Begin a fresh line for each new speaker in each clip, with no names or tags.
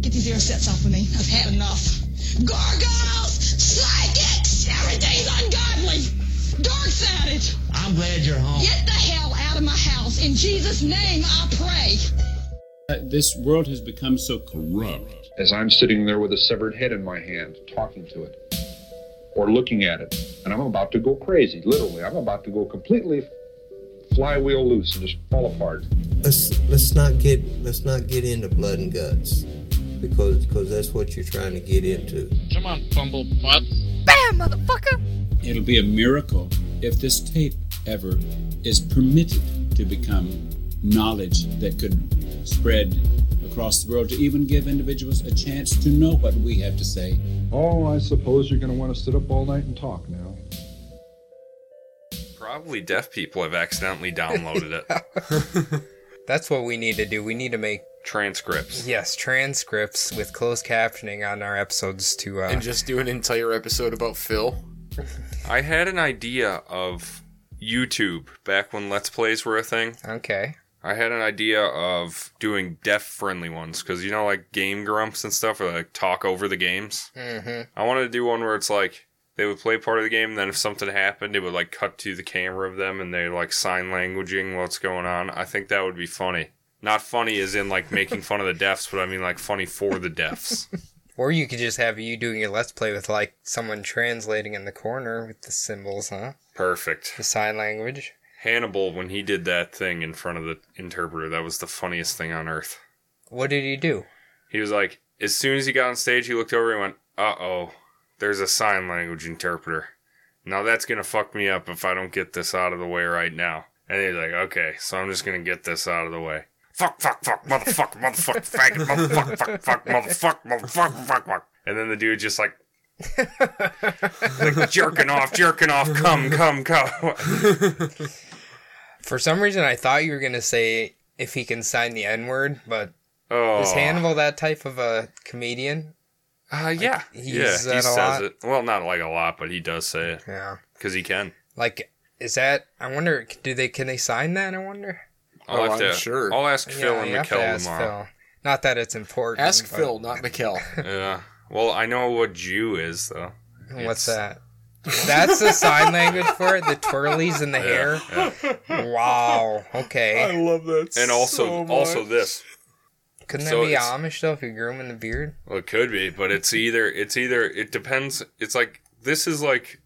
Get these air sets off of me. I've had enough. Gargoyles! Psychics! Everything's ungodly! Dark sided!
I'm glad you're home.
Get the hell out of my house. In Jesus' name I pray.
Uh, This world has become so corrupt.
as I'm sitting there with a severed head in my hand, talking to it or looking at it. And I'm about to go crazy, literally. I'm about to go completely flywheel loose and just fall apart.
let's let's not get let's not get into blood and guts because because that's what you're trying to get into.
Come on, bumblebutt.
Bam, motherfucker!
It'll be a miracle if this tape ever is permitted to become knowledge that could spread across the world to even give individuals a chance to know what we have to say.
Oh, I suppose you're going to want to sit up all night and talk now.
Probably deaf people have accidentally downloaded it.
That's what we need to do. We need to make
Transcripts.
yes transcripts with closed captioning on our episodes to uh,
And just do an entire episode about Phil.
I had an idea of YouTube back when Let's Plays were a thing.
okay.
I had an idea of doing deaf friendly ones because you know, like Game Grumps and stuff, or like talk over the games.
Mm-hmm.
I wanted to do one where it's like they would play part of the game, and then if something happened, it would like cut to the camera of them and they're like sign languaging what's going on. I think that would be funny. Not funny as in like making fun of the deafs, but I mean like funny for the deafs.
Or you could just have you doing your let's play with like someone translating in the corner with the symbols, huh?
Perfect.
The sign language.
Hannibal, when he did that thing in front of the interpreter, that was the funniest thing on earth.
What did he do?
He was like, as soon as he got on stage, he looked over and went, "Uh oh, there's a sign language interpreter. Now that's gonna fuck me up if I don't get this out of the way right now." And he's like, "Okay, so I'm just gonna get this out of the way." Fuck, fuck, fuck, motherfucker, motherfucker, faggot, motherfucker, fuck, fuck, motherfucker, motherfucker, fuck, fuck. And then the dude just like, like jerking off, jerking off, come, come, come.
For some reason, I thought you were gonna say if he can sign the N word, but
Oh,
is Hannibal that type of a comedian?
Uh, yeah,
he
yeah, he
uses that a
says
lot?
it. Well, not like a lot, but he does say it
Yeah.
because he can.
Like, is that? I wonder. Do they? Can they sign that? I wonder.
I'll
Oh,
have
I'm
to,
sure.
I'll ask Phil and
you have to
Mikel
ask
tomorrow.
Phil. Not that it's important.
Ask
but-
Phil, not Mikkel.
Yeah. Well, I know what Jew is, though.
What's that? That's the sign language for it. The twirlies in the hair. Wow. Okay.
love that.
And also, also this.
Couldn't
so
that be
it's-
Amish though if you grew him in the beard?
Well, it could be, but it's either, it's either, it depends. It's like this is like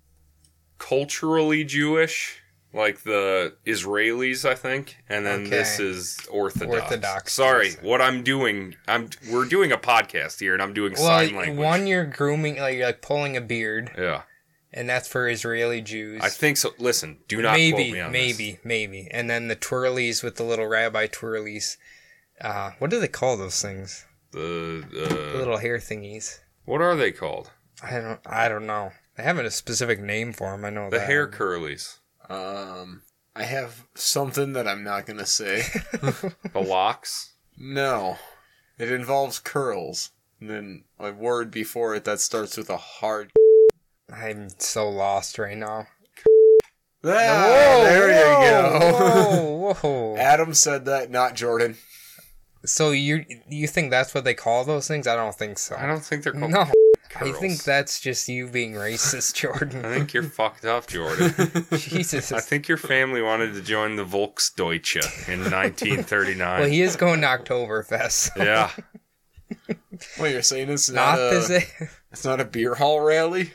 culturally Jewish, like the Israelis, I think, and then this
Okay.
is Orthodox.
Orthodox.
Sorry, what I'm doing, I'm we're doing a podcast here, and I'm doing
Well,
sign language.
one you're grooming, like you're like pulling a beard,
yeah,
and that's for Israeli Jews.
I think so. Listen, do not quote
maybe,
me on this.
maybe, maybe. And then the twirlies with the little rabbi twirlies. Uh, what do they call those things? The
The uh,
little hair thingies.
what are they called?
I don't. I don't know. They haven't a specific name for them. I know
The
that.
hair curlies,
Um, I have something that I'm not gonna say.
the locks.
no, it involves curls. And then a word before it that starts with a hard.
I'm so lost right now.
Ah, there you go.
Whoa, whoa.
Adam said that, not Jordan.
So you you think that's what they call those things? I don't think so.
I don't think they're called.
No, I
curls.
think that's just you being racist,
I
Jordan.
think you're fucked up, Jordan.
Jesus.
I think your family wanted to join the Volksdeutsche in 1939.
Well, he is going to Oktoberfest.
yeah, uh,
What you're saying is not,
Not
a,
the same.
it's not a beer hall rally.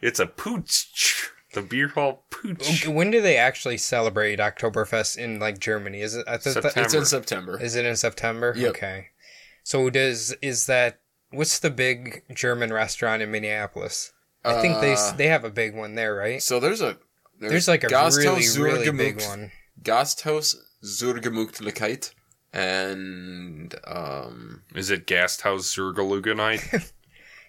it's a pooch. The beer hall pooch.
When do they actually celebrate Oktoberfest in like Germany? Is it? I thought that-
September.
It's in September.
Is it in September?
Yep.
Okay. So does is that what's the big German restaurant in Minneapolis? I think they s-
Uh,
they have a big one there, right?
so there's a
There's like a really
Gasthaus
really big
Zurgemucht-
one.
Gasthaus Zurgemuchtlichkeit and um
Is it Gasthaus Zurgelugenite?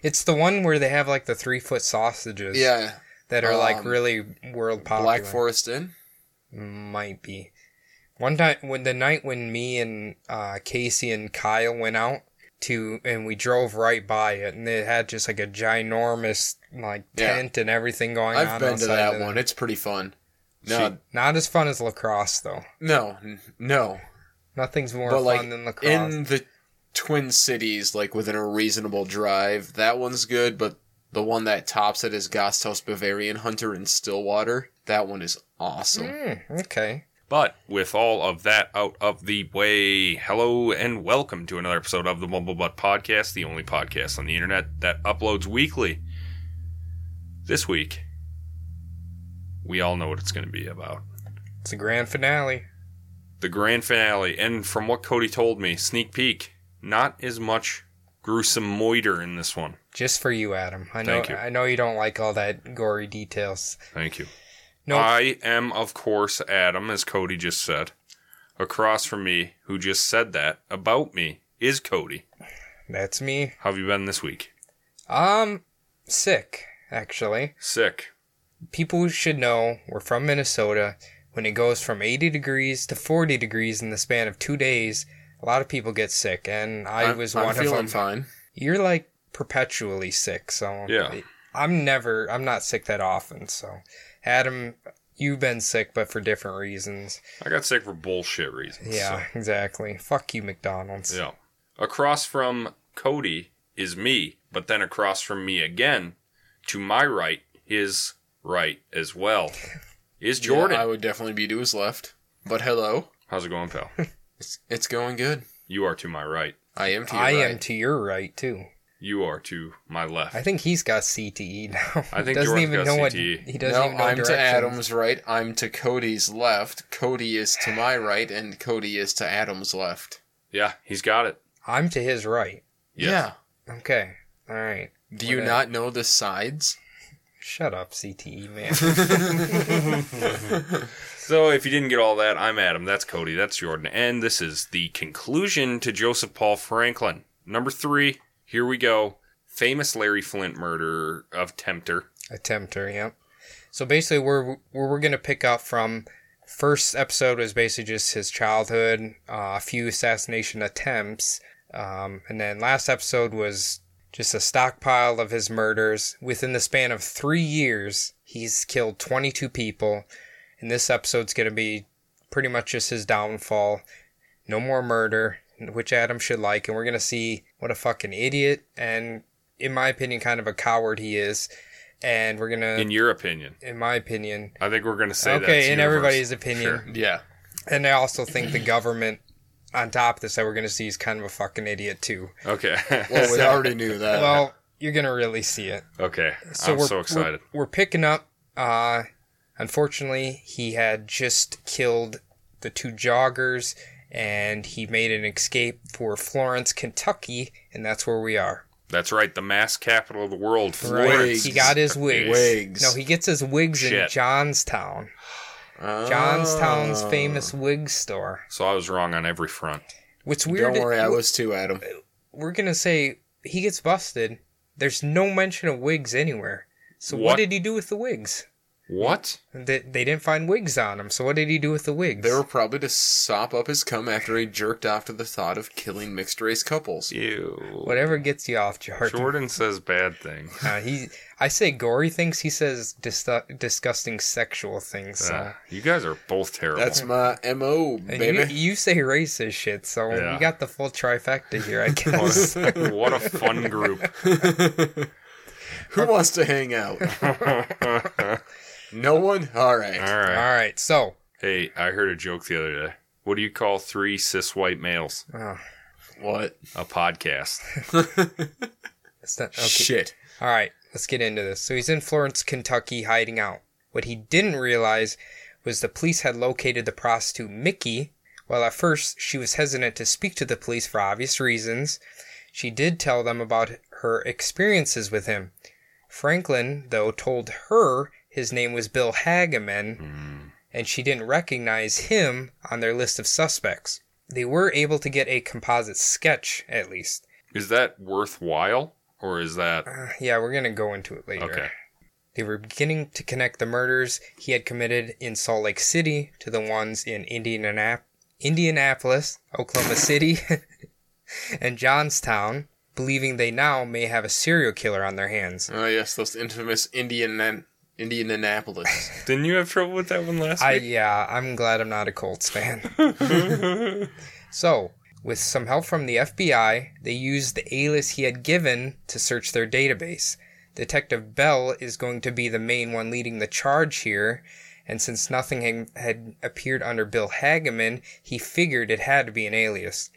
It's the one where they have like the three foot sausages.
yeah
that are like
Um,
really world popular.
Black Forest Inn.
might be. One time when the night when me and uh, Casey and Kyle went out to and we drove right by it and it had just like a ginormous like
Yeah.
tent and everything going Oh, on.
I've been to
outside
that
of
one. It's pretty fun.
Shoot.
No,
Not as fun as lacrosse though.
no, n- no.
Nothing's more
but
fun
like
than lacrosse.
in the Twin Cities, like within a reasonable drive. That one's good, but the one that tops it is Gasthaus Bavarian Hunter in Stillwater. That one is awesome.
Hmm, okay.
But with all of that out of the way, hello and welcome to another episode of the Bumblebutt Podcast, the only podcast on the internet that uploads weekly. This week, we all know what it's going to be about
It's a grand finale.
the grand finale. And from what Cody told me, sneak peek, not as much gruesome moiter in this one.
Just for you, Adam. I know
Thank you.
I know you don't like all that gory details.
Thank you.
No
I am, of course, Adam, as Cody just said. Across from me, who just said that about me, is Cody.
that's me.
How have you been this week?
Um sick, actually.
Sick.
people should know we're from Minnesota. When it goes from 80 degrees to 40 degrees in the span of two days, a lot of people get sick, and I
I'm-
was
I'm
one of
feeling
them.
fine.
You're like perpetually sick, so
Yeah.
I'm never, I'm not sick that often. So, Adam, you've been sick, but for different reasons.
I got sick for bullshit reasons.
Yeah, exactly. Fuck you, McDonald's.
So, yeah. Across from Cody is me, but then across from me again, to my right, his right as well, is Jordan.
Yeah, I would definitely be to his left. But hello,
How's it going, pal?
it's, it's going good.
you are to my right.
I am to your
I
right.
am to your right too.
You are to my left.
I think he's got CTE now.
I think
doesn't
Jordan's
even
got E.
know what
CTE.
he doesn't
no,
even know
I'm to
directions.
Adam's right. I'm to Cody's left. Cody is to my right, and Cody is to Adam's left.
yeah, he's got it.
I'm to his right.
Yes.
Okay. All right.
Yeah. Do you
Whatever.
not know the sides?
Shut up, CTE man.
So if you didn't get all that, I'm Adam. That's Cody. That's Jordan. And this is the conclusion to Joseph Paul Franklin. Number three. Here we go. Famous Larry Flint murder of Tempter.
Attempter, yep. So basically, we're where we're gonna pick up from. First episode was basically just his childhood, uh, a few assassination attempts, um, and then last episode was just a stockpile of his murders. Within the span of three years, he's killed 22 people, and this episode's gonna be pretty much just his downfall. No more murder, which Adam should like, and we're gonna see what a fucking idiot and, in my opinion, kind of a coward he is. And we're gonna,
In
in,
your opinion,
my opinion,
I think we're going to say that's
okay, in
universe.
everybody's opinion,
Sure.
Yeah.
and I also think the government, on top of this, that we're gonna see is kind of a fucking idiot too.
Okay.
Well, we already knew that.
Well, you're gonna really see it.
okay. I'm so excited.
We're, we're picking up. Uh, unfortunately, he had just killed the two joggers, and he made an escape for Florence, Kentucky, and that's where we are.
That's right. The mass capital of the world.
Right?
Florence.
He got his wigs.
Wigs.
No, he gets his wigs in
Shit.
Johnstown.
Oh.
Johnstown's famous wig store.
So I was wrong on every front.
What's
Don't
weird?
worry, I was too, Adam.
We're gonna say he gets busted. There's no mention of wigs anywhere. So what
What?
did he do with the wigs?
What?
They, they didn't find wigs on him. So what did he do with the wigs?
They were probably to sop up his cum after he jerked off to the thought of killing mixed race couples.
Ew.
Whatever gets you off, Jordan.
Jordan says bad things.
Uh, he, I say gory things. He says dis- disgusting sexual things. So.
Uh, you guys are both terrible.
That's my MO,
and you,
baby.
you say racist shit, so
Yeah.
we got the full trifecta here, I guess.
what, a, what a fun group.
Who wants to hang out? no one? All right.
All
All
right.
right, so
Hey, I heard a joke the other day. What do you call three cis white males?
oh,
What?
A podcast.
it's not, okay.
Shit.
All right, let's get into this. So he's in Florence, Kentucky, hiding out. What he didn't realize was the police had located the prostitute Mickey. While at first she was hesitant to speak to the police for obvious reasons, she did tell them about her experiences with him. Franklin, though, told her his name was Bill Hageman, and she didn't recognize him on their list of suspects. They were able to get a composite sketch, at least.
Is that worthwhile? Or is that.
Uh, yeah, we're going to go into it later.
Okay.
They were beginning to connect the murders he had committed in Salt Lake City to the ones in Indianap- Indianapolis, Oklahoma City, and Johnstown, believing they now may have a serial killer on their hands.
Oh, yes, those infamous Indian Indianapolis.
Didn't you have trouble with that one last
I
week?
yeah, I'm glad I'm not a Colts fan. so With some help from the FBI, they used the A list he had given to search their database. Detective Bell is going to be the main one leading the charge here, and since nothing had- had appeared under Bill Hageman, he figured it had to be an alias.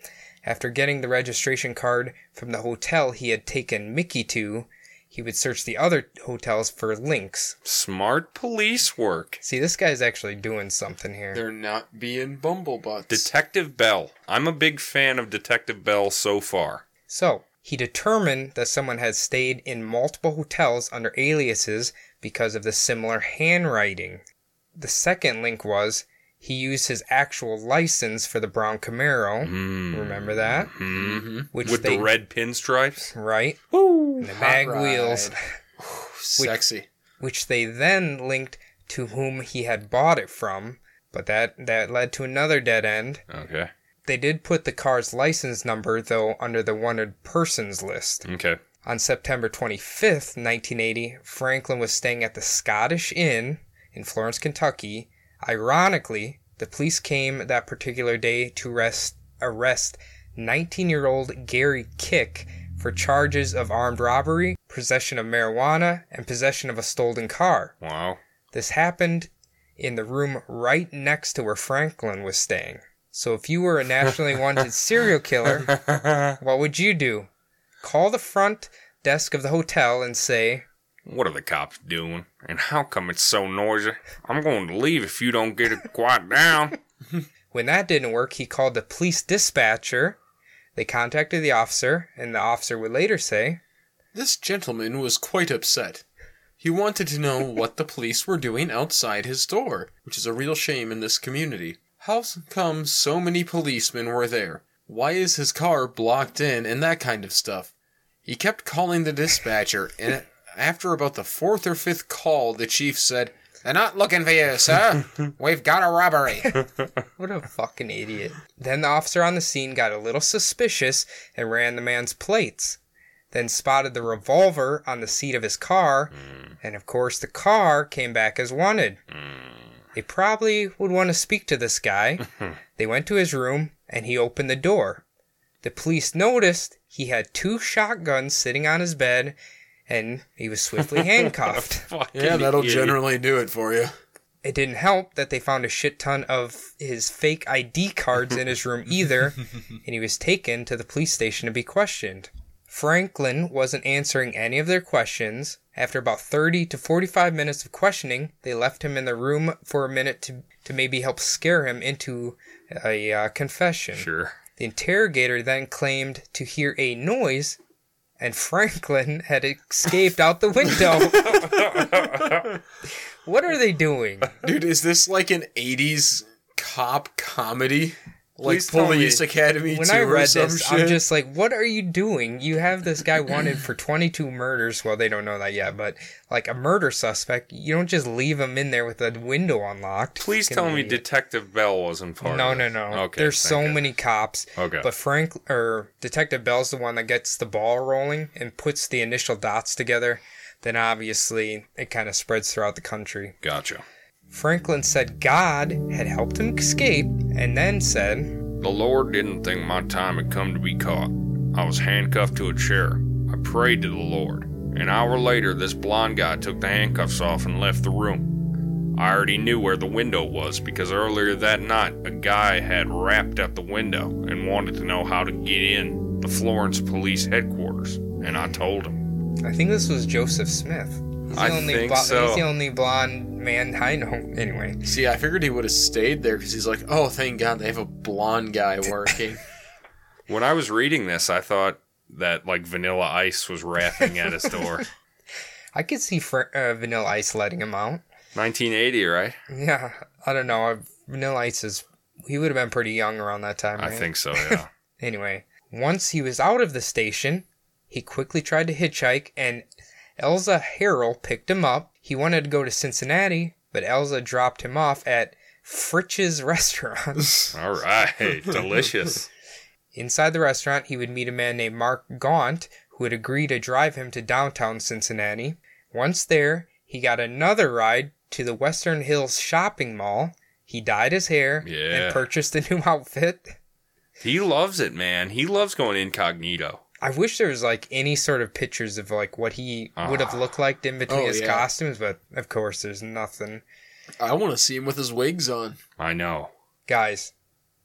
After getting the registration card from the hotel he had taken Mickey to, he would search the other hotels for links.
Smart police work.
See, this guy's actually doing something here.
They're not being bumblebutts.
Detective Bell. I'm a big fan of Detective Bell so far.
So, he determined that someone had stayed in multiple hotels under aliases because of the similar handwriting. The second link was he used his actual license for the brown Camaro. Remember that?
Mm-hmm.
Which
Hmm. With
they-
the red pinstripes.
Right?
Woo!
And the mag
ride.
wheels,
Sexy.
which they then linked to whom he had bought it from. But that, that led to another dead end.
Okay.
They did put the car's license number, though, under the wanted persons list.
Okay.
On September 25th, 1980, Franklin was staying at the Scottish Inn in Florence, Kentucky. Ironically, the police came that particular day to arrest arrest 19-year-old Gary Kick for charges of armed robbery, possession of marijuana, and possession of a stolen car.
Wow.
This happened in the room right next to where Franklin was staying. So if you were a nationally wanted serial killer, what would you do? Call the front desk of the hotel and say,
What are the cops doing? And how come it's so noisy? I'm going to leave if you don't get it quiet down.
when that didn't work, he called the police dispatcher. They contacted the officer, and the officer would later say,
This gentleman was quite upset. He wanted to know what the police were doing outside his door, which is a real shame in this community. How s- come so many policemen were there? Why is his car blocked in and that kind of stuff? He kept calling the dispatcher, and after about the fourth or fifth call, the chief said, They're not looking for you, sir. We've got a robbery.
What a fucking idiot. Then the officer on the scene got a little suspicious and ran the man's plates. Then spotted the revolver on the seat of his car, and of course the car came back as wanted. They probably would want to speak to this guy. they went to his room, and he opened the door. The police noticed he had two shotguns sitting on his bed, and he was swiftly handcuffed.
Fucking
yeah, that'll
idiot.
generally do it for you.
It didn't help that they found a shit ton of his fake ID cards in his room either, and he was taken to the police station to be questioned. Franklin wasn't answering any of their questions. After about 30 to 45 minutes of questioning, they left him in the room for a minute to, to maybe help scare him into a uh, confession.
Sure.
The interrogator then claimed to hear a noise, and Franklin had escaped out the window. what are they doing?
Dude, is this like an 80s cop comedy? Like
Please tell
Police
me.
Academy 2
when I
or
read
some
this,
shit?
I'm just like, what are you doing? You have this guy wanted for 22 murders. Well, they don't know that yet, but like a murder suspect, you don't just leave him in there with the window unlocked.
Please
Fucking
tell me
idiot.
Detective Bell wasn't part
No,
of
no,
it.
no.
Okay.
There's
thank
so
goodness.
many cops.
Okay.
But Frank or Detective Bell's the one that gets the ball rolling and puts the initial dots together. Then obviously it kind of spreads throughout the country.
Gotcha.
Franklin said God had helped him escape and then said,
The Lord didn't think my time had come to be caught. I was handcuffed to a chair. I prayed to the Lord. An hour later, this blonde guy took the handcuffs off and left the room. I already knew where the window was because earlier that night, a guy had rapped at the window and wanted to know how to get in the Florence Police Headquarters, and I told him.
I think this was Joseph Smith. He's the
I
only
think
blo-
so.
He's the only blonde man I know. Anyway,
See, I figured he would have stayed there because he's like, oh, thank God they have a blonde guy working.
When I was reading this, I thought that like Vanilla Ice was rapping at his door.
I could see Fr- uh, Vanilla Ice letting him out.
1980, right?
Yeah, I don't know. I- Vanilla Ice is he would have been pretty young around that time.
I
right?
think so, yeah.
Anyway, once he was out of the station, he quickly tried to hitchhike, and Elza Harrell picked him up. He wanted to go to Cincinnati, but Elza dropped him off at Fritch's restaurant.
All right. Delicious.
Inside the restaurant, he would meet a man named Mark Gaunt, who would agree to drive him to downtown Cincinnati. Once there, he got another ride to the Western Hills Shopping Mall. He dyed his hair
Yeah.
and purchased a new outfit.
He loves it, man. He loves going incognito.
I wish there was like any sort of pictures of like what he would have
Ah.
looked like in between
Oh,
his
yeah.
costumes, but of course there's nothing.
I want to see him with his wigs on.
I know.
Guys,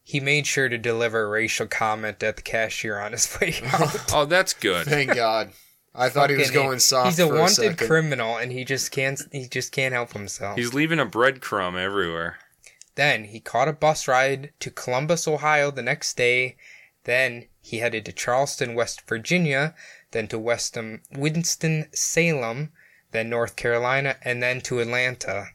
he made sure to deliver a racial comment at the cashier on his way out.
Oh, that's good.
Thank God. I thought he was
Fucking-
going soft.
He's a
for
wanted
second.
criminal, and he just can't. He just can't help himself.
He's leaving a breadcrumb everywhere.
Then he caught a bus ride to Columbus, Ohio the next day. Then he headed to Charleston, West Virginia, then to Weston, Winston-Salem, then North Carolina, and then to Atlanta.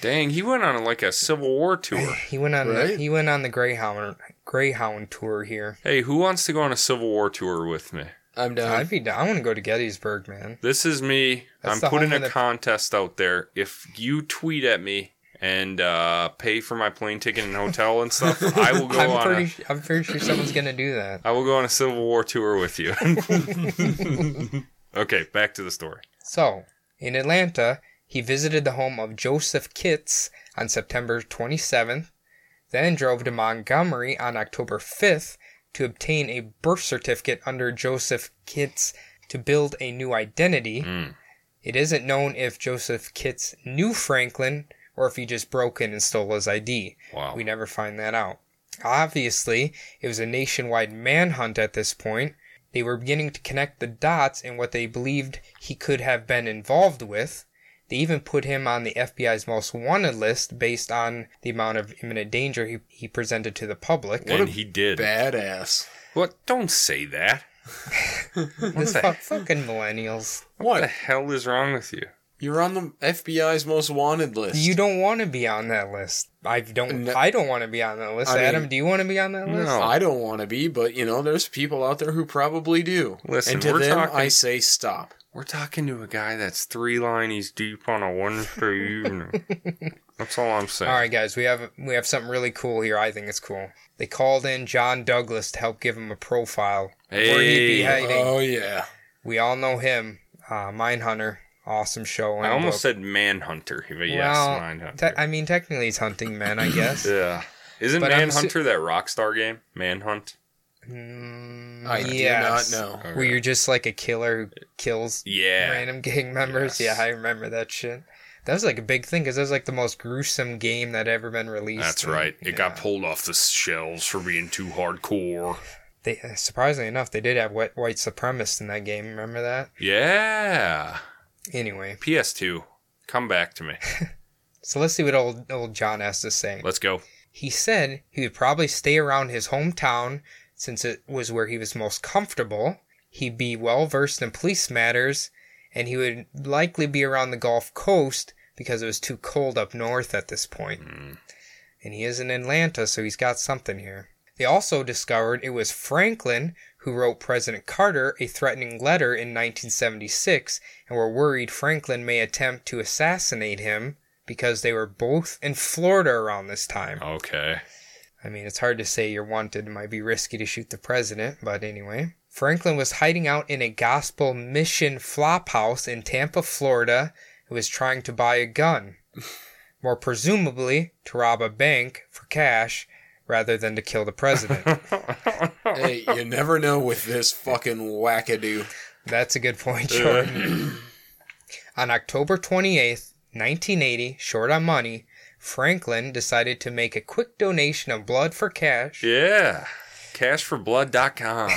Dang, he went on like a Civil War tour.
He went on the,
Right.
he went on the Greyhound Greyhound tour here.
Hey, who wants to go on a Civil War tour with me?
I'm down.
I'd be down. I want to go to Gettysburg, man.
This is me.
That's the
I'm putting
home
a
of the-
contest out there. If you tweet at me and uh, pay for my plane ticket and hotel and stuff, I will go
I'm
on.
pretty.
A,
su- I'm pretty sure someone's gonna do that.
I will go on a Civil War tour with you. okay, back to the story.
So, in Atlanta, he visited the home of Joseph Kitts on September 27th, then drove to Montgomery on October 5th to obtain a birth certificate under Joseph Kitts to build a new identity. It isn't known if Joseph Kitts knew Franklin or if he just broke in and stole his ID.
Wow.
We never find that out. Obviously, it was a nationwide manhunt at this point. They were beginning to connect the dots in what they believed he could have been involved with. They even put him on the FBI's most wanted list based on the amount of imminent danger he, he presented to the public.
and he did.
Badass.
What? Don't say that.
This
the
fuck, fucking millennials.
What the hell is wrong with you?
You're on the FBI's most wanted list.
You don't want to be on that list. I don't.
No.
I don't want to be on that list.
I mean-
Adam, do you want to be on that list?
No.
I don't want to be, but you know, there's people out there who probably do.
Listen,
and to
we're
them,
talking-
I say stop.
We're talking to a guy that's three lines deep on a Wednesday evening. That's all I'm saying.
All right, guys, we have we have something really cool here. I think it's cool. They called in John Douglas to help give him a profile where he'd be
Hey.
hiding.
Oh yeah,
we all know him, uh, Mindhunter. Awesome show.
I
and
almost
book.
said manhunter, but yes,
Well,
manhunter.
te- I mean, technically, he's hunting men, I guess.
Yeah. Isn't
But I'm
Manhunter that Rockstar game? Manhunt?
Mm,
I
yes.
do not know.
Where you're just like a killer who kills
Yeah.
random gang members.
Yes.
Yeah, I remember that shit. That was like a big thing because that was like the most gruesome game that ever been released.
That's right. It got
Yeah.
pulled off the shelves for being too hardcore.
They, uh, surprisingly enough, they did have white, white supremacists in that game. Remember that?
Yeah.
Anyway,
PS2. Come back to me.
so let's see what old old John has to say.
Let's go.
He said he would probably stay around his hometown since it was where he was most comfortable. He'd be well versed in police matters, and he would likely be around the Gulf Coast because it was too cold up north at this point. And he is in Atlanta, so he's got something here. They also discovered it was Franklin who wrote President Carter a threatening letter in 1976 and were worried Franklin may attempt to assassinate him because they were both in Florida around this time.
Okay.
I mean, it's hard to say you're wanted. It might be risky to shoot the president, but anyway. Franklin was hiding out in a gospel mission flophouse in Tampa, Florida, who was trying to buy a gun. More presumably, to rob a bank for cash rather than to kill the president.
hey, you never know with this fucking wackadoo.
That's a good point, Jordan. on October 28th, 1980, short on money, Franklin decided to make a quick donation of blood for cash.
Yeah. Cashforblood.com.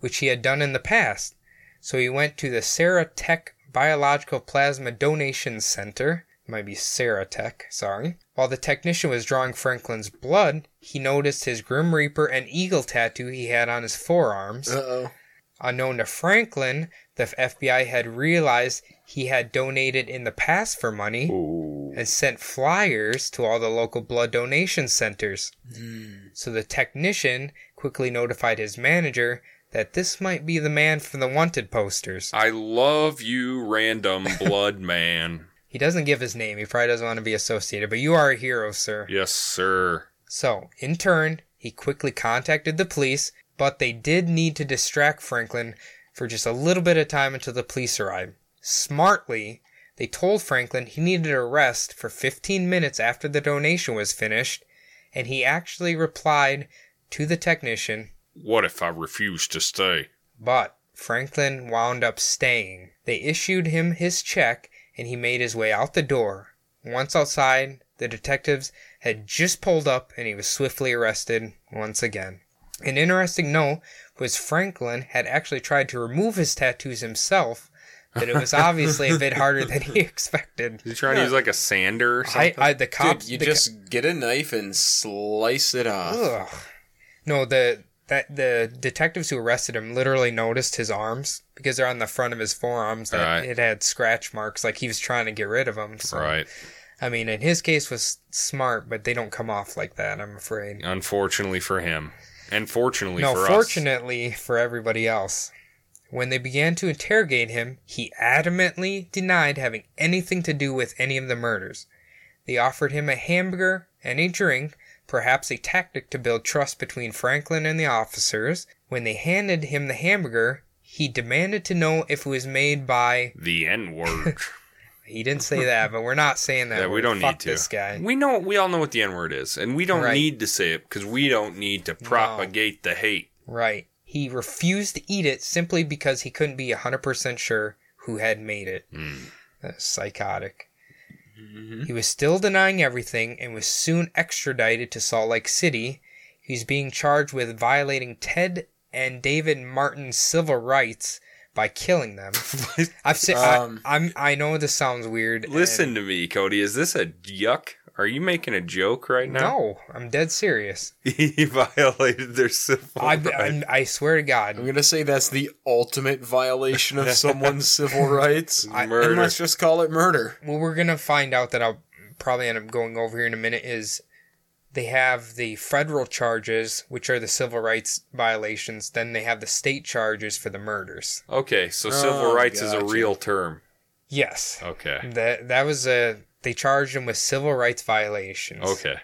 which he had done in the past. So he went to the Saratech Biological Plasma Donation Center, it might be Saratech, sorry. While the technician was drawing Franklin's blood, he noticed his Grim Reaper and Eagle tattoo he had on his forearms.
Uh oh.
Unknown to Franklin, the FBI had realized he had donated in the past for money and sent flyers to all the local blood donation centers. So the technician quickly notified his manager that this might be the man from the wanted posters.
I love you, random blood man.
He doesn't give his name, he probably doesn't want to be associated, but you are a hero, sir.
Yes, sir.
So, in turn, he quickly contacted the police, but they did need to distract Franklin for just a little bit of time until the police arrived. Smartly, they told Franklin he needed a rest for 15 minutes after the donation was finished, and he actually replied to the technician,
What if I refuse to stay?
but Franklin wound up staying. They issued him his check, and he made his way out the door. Once outside, the detectives had just pulled up, and he was swiftly arrested once again. An interesting note was Franklin had actually tried to remove his tattoos himself, but it was obviously a bit harder than he expected.
Is he trying to use like a sander or
I,
something?
I the cops
Dude, you
the co-
just get a knife and slice it off.
Ugh. No, the that the detectives who arrested him literally noticed his arms because they're on the front of his forearms that
Right.
it had scratch marks, like he was trying to get rid of them. So,
right.
I mean, in his case was smart, but they don't come off like that. I'm afraid.
Unfortunately for him. And fortunately
no,
for us.
fortunately for everybody else. When they began to interrogate him, he adamantly denied having anything to do with any of the murders. They offered him a hamburger and a drink, perhaps a tactic to build trust between Franklin and the officers. When they handed him the hamburger, he demanded to know if it was made by.
The N word.
He didn't say that, but we're not saying that.
Yeah, we
word.
don't
Fuck
need to.
This guy.
We know we all know what the N word is, and we don't
Right.
need to say it because we don't need to propagate the hate.
Right. He refused to eat it simply because he couldn't be 100% sure who had made it. That's psychotic. He was still denying everything and was soon extradited to Salt Lake City. He's being charged with violating Ted and David Martin's civil rights by killing them. I've said
Um,
I, I'm I know this sounds weird.
Listen to me, Cody. Is this a yuck? Are you making a joke right
and-
now?
no, I'm dead serious.
he violated their civil
I,
rights.
I I swear to God,
I'm gonna say that's the ultimate violation of someone's civil rights.
I-
And let's just call it murder.
Well, we're gonna find out that I'll probably end up going over here in a minute is they have the federal charges, which are the civil rights violations, then they have the state charges for the murders.
Okay, so civil
Oh,
rights is a
gotcha.
real term.
Yes.
Okay.
That that was a they charged him with civil rights violations.
Okay.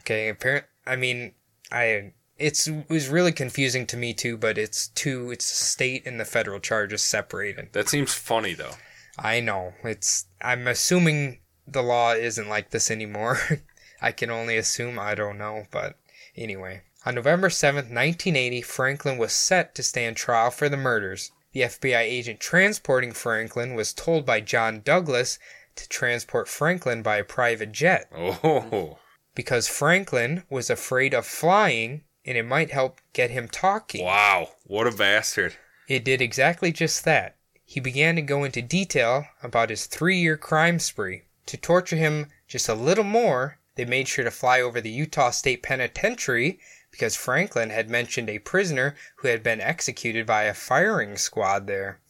Okay, apparent I mean, I it's it was really confusing to me too, but it's two it's the state and the federal charges separated.
That seems funny though.
I know. It's I'm assuming the law isn't like this anymore. I can only assume, I don't know, but anyway. On November 7th, 1980, Franklin was set to stand trial for the murders. The FBI agent transporting Franklin was told by John Douglas to transport Franklin by a private jet
Oh.
because Franklin was afraid of flying and it might help get him talking.
Wow. What a bastard.
It did exactly just that. He began to go into detail about his three year crime spree. To torture him just a little more, they made sure to fly over the Utah State Penitentiary because Franklin had mentioned a prisoner who had been executed by a firing squad there.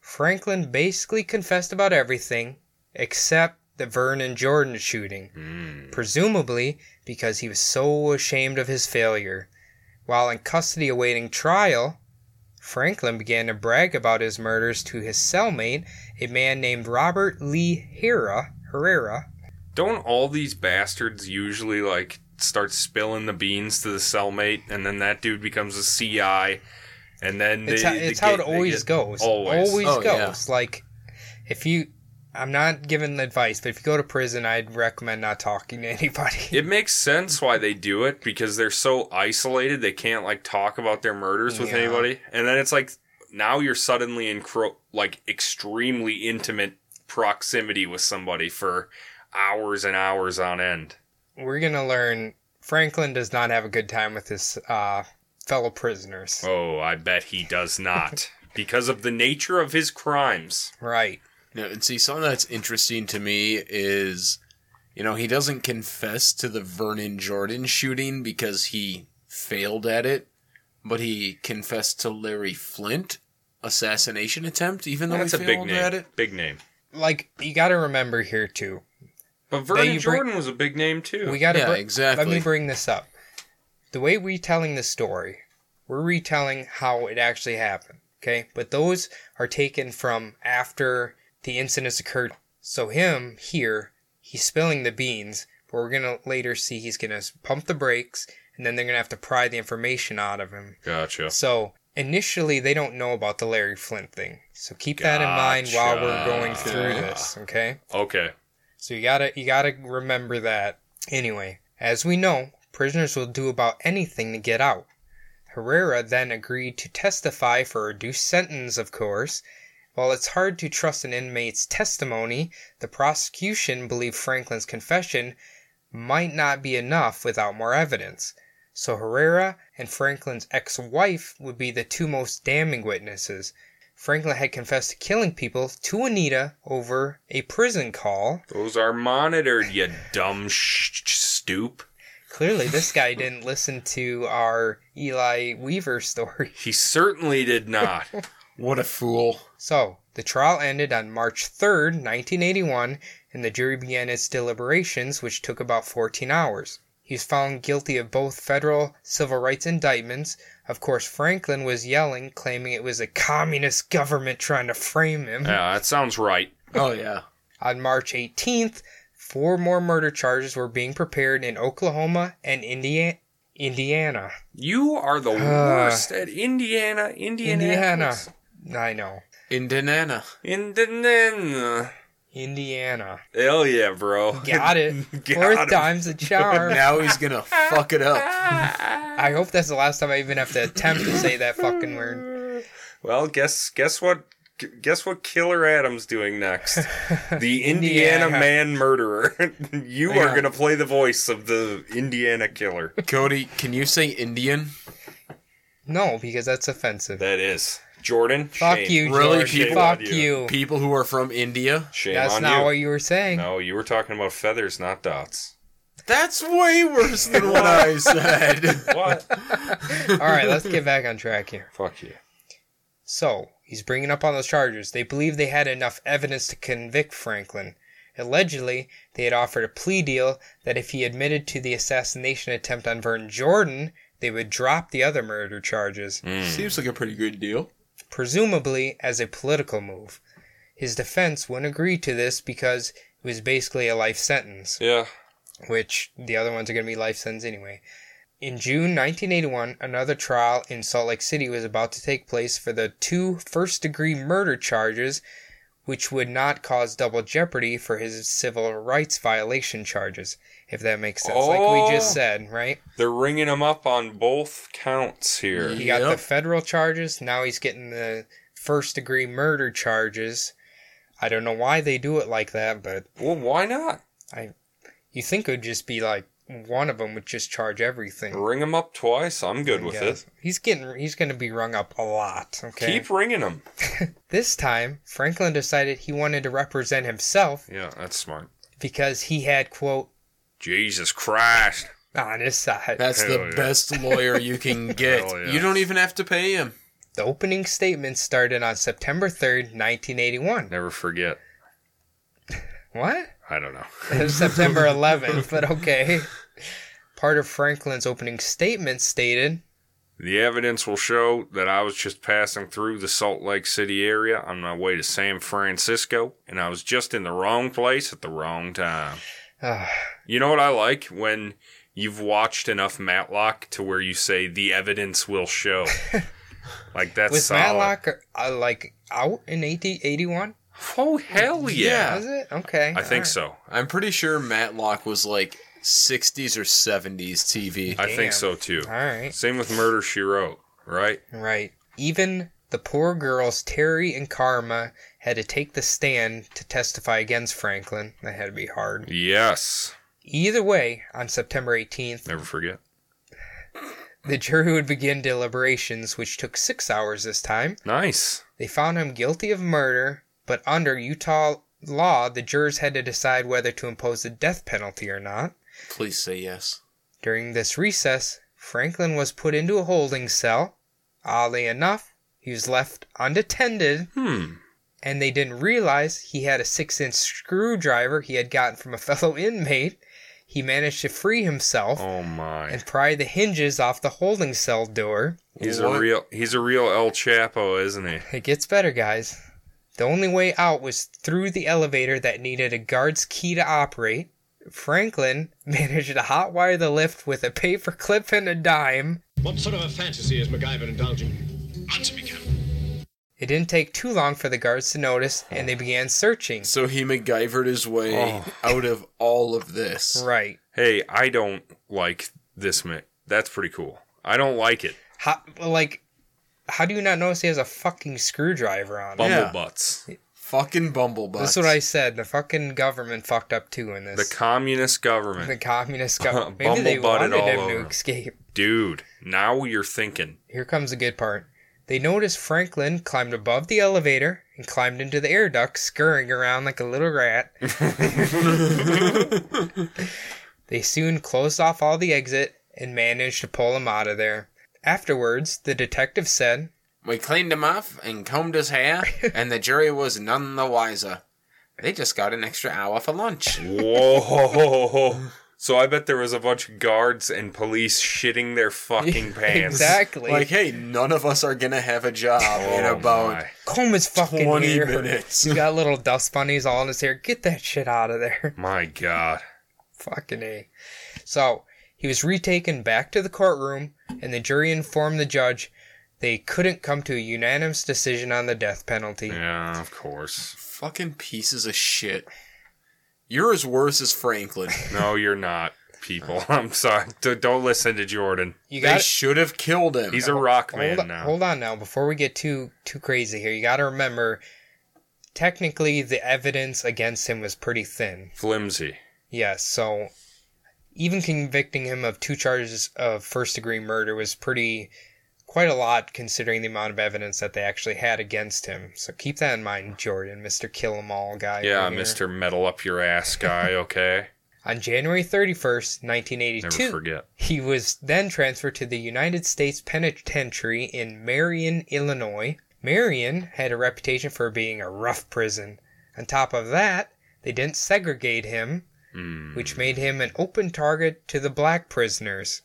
Franklin basically confessed about everything except the Vernon Jordan shooting, presumably because he was so ashamed of his failure. While in custody awaiting trial, Franklin began to brag about his murders to his cellmate, a man named Robert Lee Hera, Herrera.
Don't all these bastards usually like start spilling the beans to the cellmate, and then that dude becomes a CI, and then they,
It's, how,
they
it's how
get-
it
they
always
get-
goes.
Always.
Oh, yeah.
goes. Like, if you, I'm not giving advice, but if you go to prison, I'd recommend not talking to anybody.
It makes sense why they do it because they're so isolated they can't like talk about their murders with
Yeah.
anybody, and then it's like now you're suddenly in cro- like extremely intimate proximity with somebody for hours and hours on end.
We're gonna learn Franklin does not have a good time with his uh, fellow prisoners.
Oh, I bet he does not because of the nature of his crimes.
Right.
No, and see, something that's interesting to me is, you know, he doesn't confess to the Vernon Jordan shooting because he failed at it, but he confessed to Larry Flint assassination attempt, even though
That's a
he
big
failed at
name.
it.
Big name.
Like you got to remember here too.
But
That
Vernon
you bring-
Jordan was a big name too.
We got to
Yeah, exactly.
Let me bring this up. The way we're telling the story, we're retelling how it actually happened. Okay, but those are taken from after the incidents occurred. So him here, he's spilling the beans, but we're gonna later see he's gonna s- pump the brakes, and then they're gonna have to pry the information out of him.
gotcha.
So initially, they don't know about the Larry Flint thing. So keep that in mind while we're going through
Gotcha.
this. Okay.
Okay.
So you gotta you gotta remember that. Anyway, as we know, Prisoners will do about anything to get out. Herrera then agreed to testify for a reduced sentence, of course. While it's hard to trust an inmate's testimony, the prosecution believed Franklin's confession might not be enough without more evidence. So Herrera and Franklin's ex wife would be the two most damning witnesses. Franklin had confessed to killing people to Anita over a prison call.
Those are monitored, you dumb sh- sh- stoop.
Clearly, this guy didn't listen to our Eli Weaver story.
He certainly did not.
What a fool.
So, the trial ended on March 3rd, 1981, and the jury began its deliberations, which took about 14 hours. He was found guilty of both federal civil rights indictments. Of course, Franklin was yelling, claiming it was a communist government trying to frame him.
yeah, that sounds right.
Oh, yeah.
On March 18th, four more murder charges were being prepared in Oklahoma and Indiana. Indiana.
You are the worst at Indiana, Indiana,
Indiana. I know.
Indiana.
Indiana.
Indiana.
Hell yeah, bro.
Got it.
Got
Fourth
him.
time's a charm.
Now he's gonna fuck it up.
I hope that's the last time I even have to attempt to say that fucking word.
Well, guess guess what? Guess what? Killer Adam's doing next? The Indiana,
Indiana.
Man Murderer. you are
Yeah.
gonna play the voice of the Indiana Killer.
Cody, can you say Indian?
No, because that's offensive.
That is Jordan.
Fuck
shame.
you,
Really,
George.
people?
Fuck
Yeah.
you.
People who are from India?
Shame
That's
on
not
you.
what you were saying.
No, you were talking about feathers, not dots.
That's way worse than what I said.
What?
All right, let's get back on track here.
Fuck you.
So, he's bringing up on those charges. They believe they had enough evidence to convict Franklin. Allegedly, they had offered a plea deal that if he admitted to the assassination attempt on Vernon Jordan, they would drop the other murder charges,
Mm.
Seems like a pretty good deal.
presumably as a political move. His defense wouldn't agree to this because it was basically a life sentence
Yeah.
which the other ones are going to be life sentences anyway. In June 1981, another trial in Salt Lake City was about to take place for the two first degree murder charges, which would not cause double jeopardy for his civil rights violation charges, if that makes sense. Like we just
Oh.
said, right?
They're ringing him up on both counts here.
He got the
Yep.
federal charges, now he's getting the first degree murder charges. I don't know why they do it like that, but
Well, why not?
you think it would just be like one of them would just charge everything.
Ring him up twice. I'm good with
Yeah.
it.
He's getting he's going to be rung up a lot. Okay.
Keep ringing him.
This time, Franklin decided he wanted to represent himself
Yeah, that's smart.
because he had quote
Jesus Christ.
on his side.
That's
Hell
the
yeah.
best lawyer you can get.
Hell yeah.
You don't even have to pay him.
the opening statement started on September 3rd, 1981.
Never forget.
What?
I don't know.
It was September 11th, but okay. Part of Franklin's opening statement stated,
The evidence will show that I was just passing through the Salt Lake City area on my way to San Francisco, and I was just in the wrong place at the wrong time.
Ah,
You know what I like? When you've watched enough Matlock to where you say, the evidence will show. like, that's
"Was
solid.
Matlock uh, like out in 1881?
Oh, hell yeah.
Was it? Okay.
I think so.
I'm pretty sure Matlock was like 60s or 70s TV.
I
Damn.
think so too.
All right.
Same with Murder She Wrote, right?
Right. Even the poor girls Terry and Karma had to take the stand to testify against Franklin. That had to be hard.
Yes.
Either way, on September 18th,
Never forget.
the jury would begin deliberations, which took six hours this time.
Nice.
They found him guilty of murder, but under Utah law, the jurors had to decide whether to impose the death penalty or not.
Please say yes.
During this recess, Franklin was put into a holding cell. Oddly enough, he was left unattended
Hmm.
and they didn't realize he had a six inch screwdriver he had gotten from a fellow inmate. He managed to free himself
Oh my.
and pry the hinges off the holding cell door.
He's a
What?
real he's a real El Chapo, isn't he?
It gets better, guys. The only way out was through the elevator that needed a guard's key to operate. Franklin managed to hotwire the lift with a paper clip and a dime.
What sort of a fantasy is MacGyver indulging? Answer me, Captain.
It didn't take too long for the guards to notice, and they began searching.
So he MacGyvered his way
Oh.
out of all of this.
Right.
Hey, I don't like this many. That's pretty cool. I don't like it.
How, like, how do you not notice he has a fucking screwdriver on?
Bumble
it?
Yeah.
butts.
Fucking bumblebutt.
That's what I said. The fucking government fucked up too in
The
this.
communist government.
the communist government. Maybe they
Bumble-butted
wanted
all
him
over.
to escape.
Dude, now you're thinking.
Here comes the good part. They noticed Franklin climbed above the elevator and climbed into the air duct, scurrying around like a little rat. they soon closed off all the exit and managed to pull him out of there. Afterwards, the detective said,
We cleaned him off and combed his hair, and the jury was none the wiser. They just got an extra hour for lunch.
Whoa. So I bet there was a bunch of guards and police shitting their fucking pants.
Exactly.
Like, hey, none of us are gonna have a job in
Oh
about
my.
Comb his fucking
20
hair.
minutes.
He's got little dust bunnies all in his hair. Get that shit out of there.
My God.
Fucking A. So he was retaken back to the courtroom, and the jury informed the judge they couldn't come to a unanimous decision on the death penalty.
Yeah, of course.
fucking pieces of shit. You're as worse as Franklin.
No, you're not, people. I'm sorry. D- don't listen to Jordan.
You
They
got
should have killed him.
He's a rock man
hold, on,
now.
hold on now. Before we get too too crazy here, you got to remember, technically the evidence against him was pretty thin.
Flimsy.
Yes, so even convicting him of two charges of first degree murder was pretty quite a lot considering the amount of evidence that they actually had against him. So keep that in mind, Jordan, Mr. Kill 'em all guy.
Yeah,
over here.
Mr. Metal Up Your Ass guy, okay?
On January 31st,
Never
1982,
forget.
he was then transferred to the United States Penitentiary in Marion, Illinois. Marion had a reputation for being a rough prison. On top of that, they didn't segregate him, which made him an open target to the black prisoners.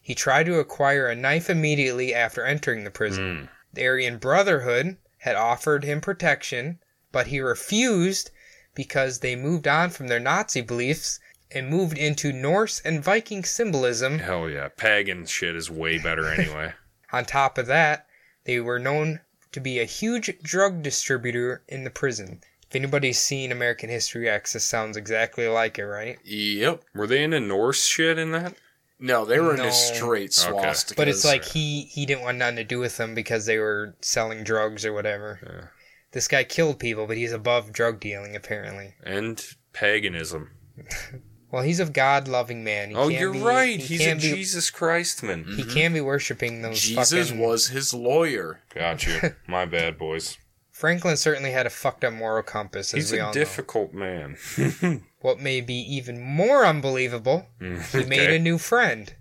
He tried to acquire a knife immediately after entering the prison. The Aryan Brotherhood had offered him protection, but he refused because they moved on from their Nazi beliefs and moved into Norse and Viking symbolism.
Hell yeah. Pagan shit is way better anyway.
On top of that, they were known to be a huge drug distributor in the prison. If anybody's seen American History X, this sounds exactly like it, right?
yep.
Were they into Norse shit in that?
No, they were in
No.
a straight
Okay.
swastika.
But it's like he he didn't want nothing to do with them because they were selling drugs or whatever. This guy killed people, but he's above drug dealing apparently.
And paganism.
Well, he's a god-loving man. He
Oh,
can't
you're
be-
right.
He
He's a Mm-hmm.
can't be, Mm.
Jesus Christ man.
He can't be worshiping those
Jesus
fucking-
was his lawyer.
Got you. My bad, boys.
Franklin certainly had a fucked up moral compass, as
He's
we
a
all know.
difficult man.
What may be even more unbelievable, he made a new friend,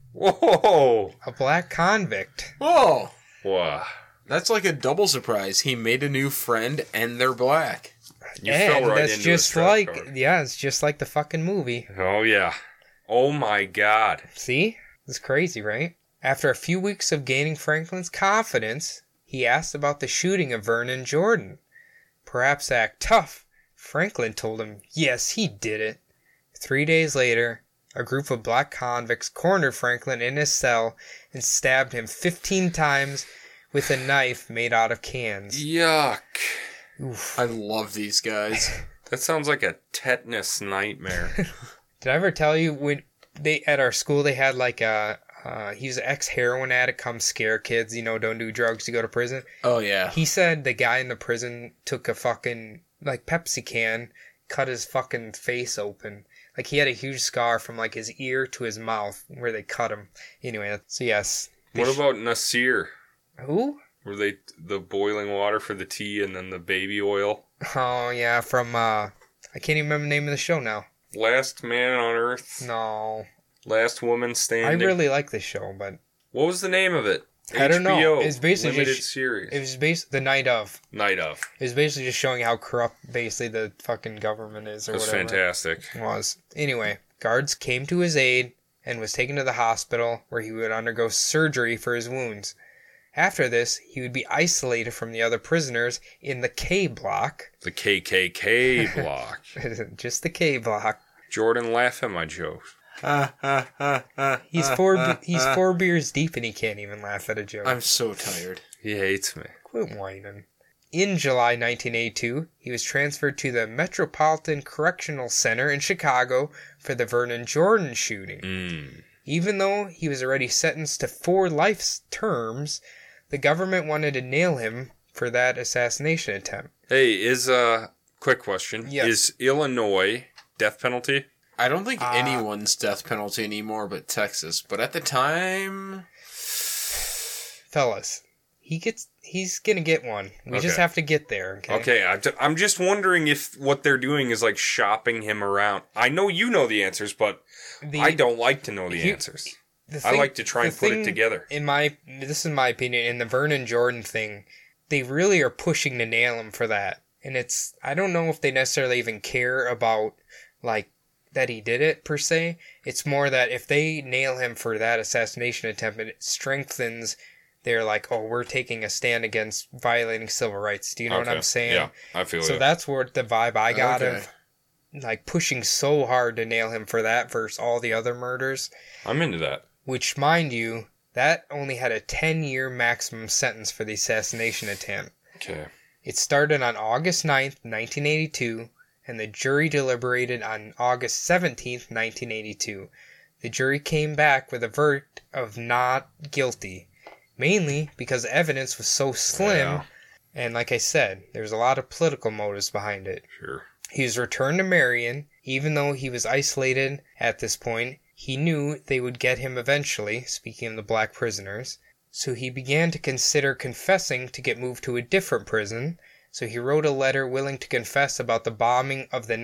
Whoa!
a black convict.
Oh,
Wow.
that's like a double surprise. He made a new friend, and they're black.
You
and
fell right
that's
into
just
his trap
like,
card.
yeah, it's just like the fucking movie.
Oh yeah. Oh my God.
See? It's crazy, right? After a few weeks of gaining Franklin's confidence, he asked about the shooting of Vernon Jordan. Perhaps act tough. Franklin told him, yes, he did it. Three days later, a group of black convicts cornered Franklin in his cell and stabbed him 15 times with a knife made out of cans.
Yuck.
I love these guys.
That sounds like a tetanus nightmare.
Did I ever tell you when they at our school they had like a uh, he was an ex heroin addict come scare kids you know don't do drugs you go to prison.
Oh yeah.
He said the guy in the prison took a fucking like Pepsi can cut his fucking face open. Like he had a huge scar from like his ear to his mouth where they cut him. Anyway, so yes. They
what
sh-
about Nasir?
who?
Were they the boiling water for the tea and then the baby oil?
Oh yeah, from uh I can't even remember the name of the show now.
Last man on earth.
No.
Last woman
I
standing.
really like this show, but
What was the name of it?
I don't know.
HBO,
It's basically
limited
just-
series.
it was based the night of
Night of.
It was basically just showing how corrupt basically the fucking government is or
It was
whatever
fantastic.
it was. Anyway, guards came to his aid and was taken to the hospital where he would undergo surgery for his wounds. After this, he would be isolated from the other prisoners in the K block.
The KKK block.
just the K block.
Jordan, laugh at my joke. Uh,
He's four he's four beers deep and he can't even laugh at a joke.
I'm so tired.
He hates me.
Quit whining. In July 1982, he was transferred to the
Hmm.
Metropolitan Correctional Center in Chicago for the Vernon Jordan shooting. Even though he was already sentenced to four life terms, the government wanted to nail him for that assassination attempt.
Hey, is uh quick question.
Yes.
Is Illinois death penalty?
I don't think
Ah.
anyone's death penalty anymore but Texas. But at the time,
Fellas, he gets he's gonna get one. We just
Okay.
have to get there. Okay.
Okay, I'm, t- I'm just wondering if what they're doing is like shopping him around. I know you know the answers, but
The-
I don't like to know the
He-
answers.
the
I
thing-
like to try
the
and put it
thing-
together.
In my this is my opinion, in the Vernon Jordan thing, they really are pushing to nail him for that. And it's I don't know if they necessarily even care about like that he did it per se. It's more that if they nail him for that assassination attempt, it strengthens their like, oh, we're taking a stand against violating civil rights. Do you know what
Okay,
I'm saying?
Yeah, I feel
So
you.
that's what the vibe I got
Okay.
of like pushing so hard to nail him for that versus all the other murders
I'm into that.
which, mind you, that only had a 10 year maximum sentence for the assassination attempt.
Okay.
It started on August 9th, 1982, and the jury deliberated on August 17th, 1982. The jury came back with a verdict of not guilty, mainly because the evidence was so slim,
Yeah.
and like I said, there's a lot of political motives behind it.
Sure.
He was returned to Marion, even though he was isolated at this point. He knew they would get him eventually, speaking of the black prisoners. So he began to consider confessing to get moved to a different prison. So he wrote a letter willing to confess about the bombing of the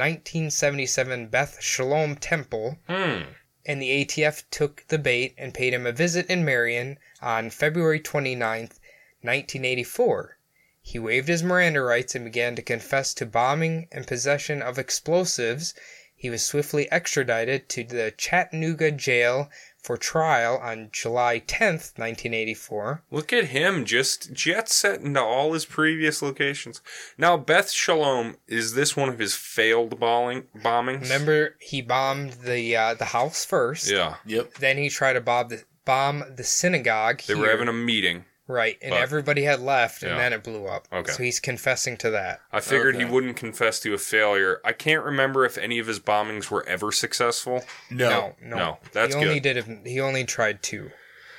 1977 Beth Shalom Temple,
Hmm.
and the ATF took the bait and paid him a visit in Marion on February 29th, 1984. He waived his Miranda rights and began to confess to bombing and possession of explosives. He was swiftly extradited to the Chattanooga jail for trial on July 10th, 1984.
Look at him just jet setting to all his previous locations. Now, Beth Shalom, is this one of his failed bombing, bombings?
Remember, he bombed the uh, the house first.
Yeah.
yep.
Then he tried to bomb the, bomb the synagogue.
They were
here.
having a meeting.
Right, and
But-
everybody had left, and
Yeah.
then it blew up.
Okay.
So he's confessing to that.
I figured he
Okay.
wouldn't confess to a failure. I can't remember if any of his bombings were ever successful.
No, no,
No, that's
he only
good.
did. He only tried two,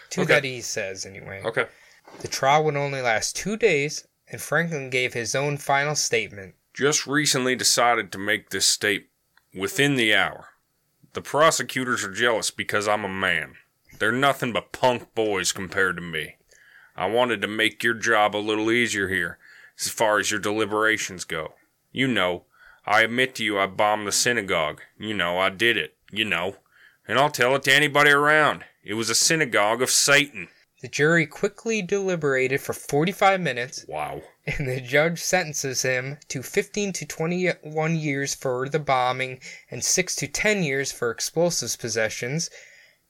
two
Okay.
that he says anyway.
Okay.
The trial would only last two days, and Franklin gave his own final statement.
just recently decided to make this statement within the hour. The prosecutors are jealous because I'm a man. They're nothing but punk boys compared to me. I wanted to make your job a little easier here, as far as your deliberations go. You know, I admit to you I bombed the synagogue. You know, I did it. You know. And I'll tell it to anybody around. It was a synagogue of Satan.
The jury quickly deliberated for 45 minutes,
Wow.
and the judge sentences him to 15 to 21 years for the bombing and 6 to 10 years for explosives possessions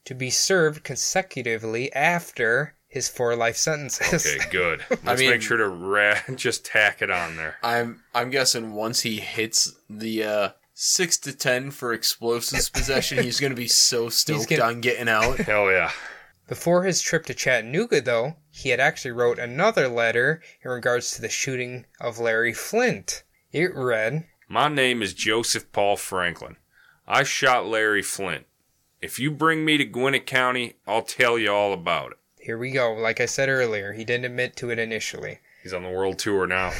to be served consecutively after his four life sentences.
Okay, good. Let's
mean-
make sure to ra- just tack it on there.
I'm I'm guessing once he hits the uh, six to ten for explosives possession, he's gonna be so stoked
gonna-
on getting out.
Hell yeah.
Before his trip to Chattanooga, though, he had actually wrote another letter in regards to the shooting of Larry Flint. It read,
My name is Joseph Paul Franklin. I shot Larry Flint. If you bring me to Gwinnett County, I'll tell you all about it.
here we go, like I said earlier, he didn't admit to it initially.
He's on the world tour now.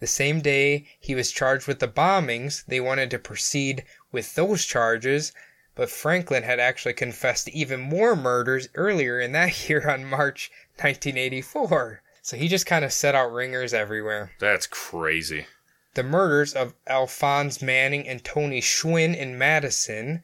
The same day he was charged with the bombings, they wanted to proceed with those charges, but Franklin had actually confessed to even more murders earlier in that year on March 1984. So he just kind of set out ringers everywhere.
That's crazy.
the murders of Alphonse Manning and Tony Schwinn in Madison,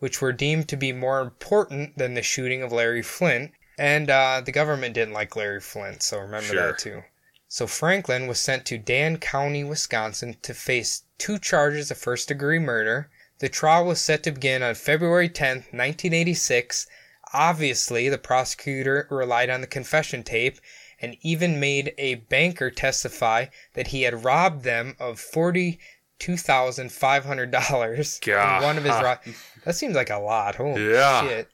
which were deemed to be more important than the shooting of Larry Flint. And uh, the government didn't like Larry Flint, so remember
Sure.
that too. So Franklin was sent to Dan County, Wisconsin to face two charges of first degree murder. The trial was set to begin on February 10th, 1986. Obviously, the prosecutor relied on the confession tape and even made a banker testify that he had robbed them of $42,500 in one of his
God.
ro- That seems like a lot. Holy
Yeah.
shit.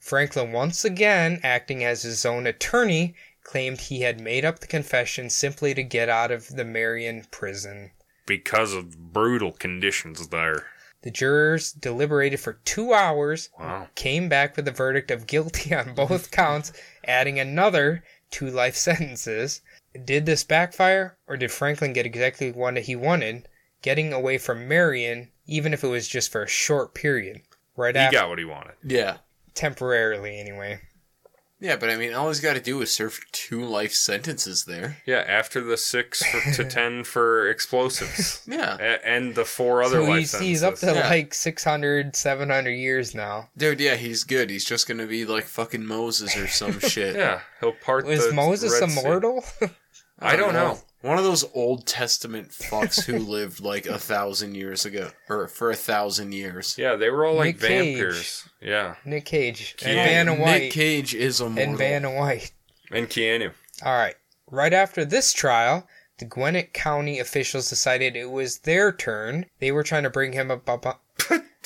Franklin, once again acting as his own attorney, claimed he had made up the confession simply to get out of the Marion prison.
Because of brutal conditions there.
The jurors deliberated for two hours,
Wow.
came back with a verdict of guilty on both counts, adding another two life sentences. Did this backfire, or did Franklin get exactly what he wanted, getting away from Marion, even if it was just for a short period? Right
He
after,
got what he wanted.
Yeah.
temporarily anyway.
Yeah, but I mean, all he's got to do is serve two life sentences there.
Yeah, after the six for, to ten for explosives.
Yeah.
A- and the four other
So
life
he's, he's up to
sentences.
Yeah.
like 600, 700 years now.
Dude, yeah, he's good. He's just going to be like fucking Moses or some shit.
Yeah, he'll part
Was
the
Moses
Red Sea.
immortal?
I don't know.
One of those Old Testament fucks who lived like a thousand years ago, or for a thousand years.
Yeah, they were all like
Nick Cage.
vampires. Yeah,
Nick Cage
Yeah,
and Vanna
Nick
White
Cage is immortal.
and Vanna White.
and Keanu.
All right. Right after this trial, the Gwinnett County officials decided it was their turn. They were trying to bring him up. up, up.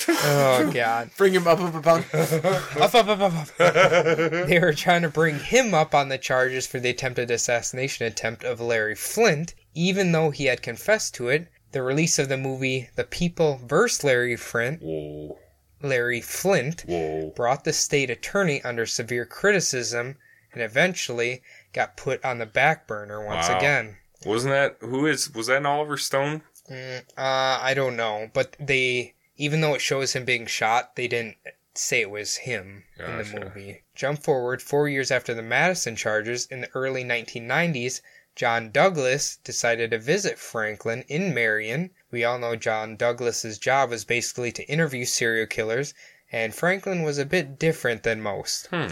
oh God!
Bring him up, up, up, up.
Up, up, up, up, up. they were trying to bring him up on the charges for the attempted assassination attempt of Larry Flint, even though he had confessed to it. The release of the movie The People vs. Larry Flint,
Whoa,
Larry Flint
whoa.
brought the state attorney under severe criticism and eventually got put on the back burner once
Wow.
again.
Wasn't that who is? Was that an Oliver Stone?
Mm, uh, I don't know, but they even though it shows him being shot, they didn't say it was him in
Gotcha.
the movie. Jump forward four years after the Madison charges in the early 1990s. John Douglas decided to visit Franklin in Marion. We all know John Douglas's job was basically to interview serial killers, and Franklin was a bit different than most.
Hmm.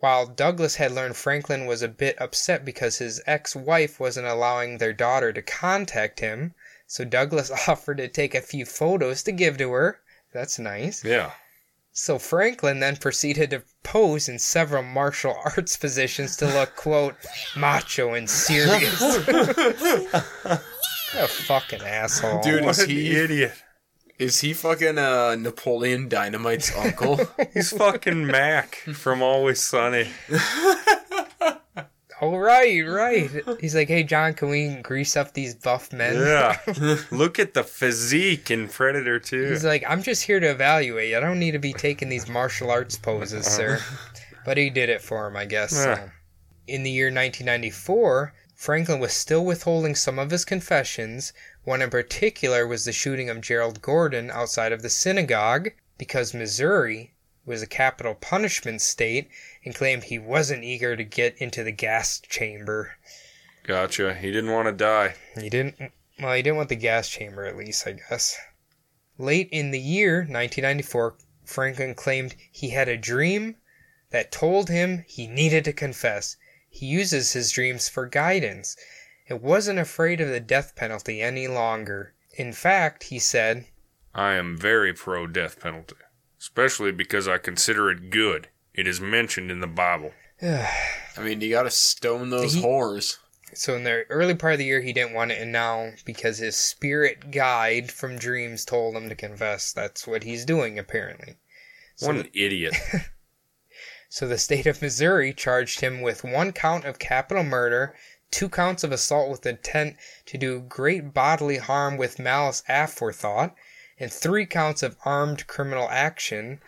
While Douglas had learned Franklin was a bit upset because his ex wife wasn't allowing their daughter to contact him, so Douglas offered to take a few photos to give to her. That's nice.
Yeah.
So Franklin then proceeded to pose in several martial arts positions to look, quote, macho and serious. what a fucking asshole.
Dude, is
What an
he
idiot.
is he fucking uh, Napoleon Dynamite's uncle?
He's fucking Mac from Always Sunny.
Oh, right, right. He's like, hey, John, can we grease up these buff men?
Yeah. Look at the physique in Predator 2.
He's like, I'm just here to evaluate. I don't need to be taking these martial arts poses, sir. But he did it for him, I guess. so.
Yeah.
In the year 1994, Franklin was still withholding some of his confessions. One in particular was the shooting of Gerald Gordon outside of the synagogue because Missouri was a capital punishment state and claimed he wasn't eager to get into the gas chamber.
Gotcha. He didn't want to die.
He didn't. Well, he didn't want the gas chamber, at least, I guess. Late in the year 1994, Franklin claimed he had a dream that told him he needed to confess. He uses his dreams for guidance and wasn't afraid of the death penalty any longer. In fact, he said,
I am very pro death penalty, especially because I consider it good. It is mentioned in the Bible.
I mean, you gotta stone those
He-
whores.
so in the early part of the year, he didn't want it, and now because his spirit guide from dreams told him to confess, that's what he's doing, apparently.
What an idiot.
So the state of Missouri charged him with one count of capital murder, two counts of assault with intent to do great bodily harm with malice aforethought, and three counts of armed criminal action.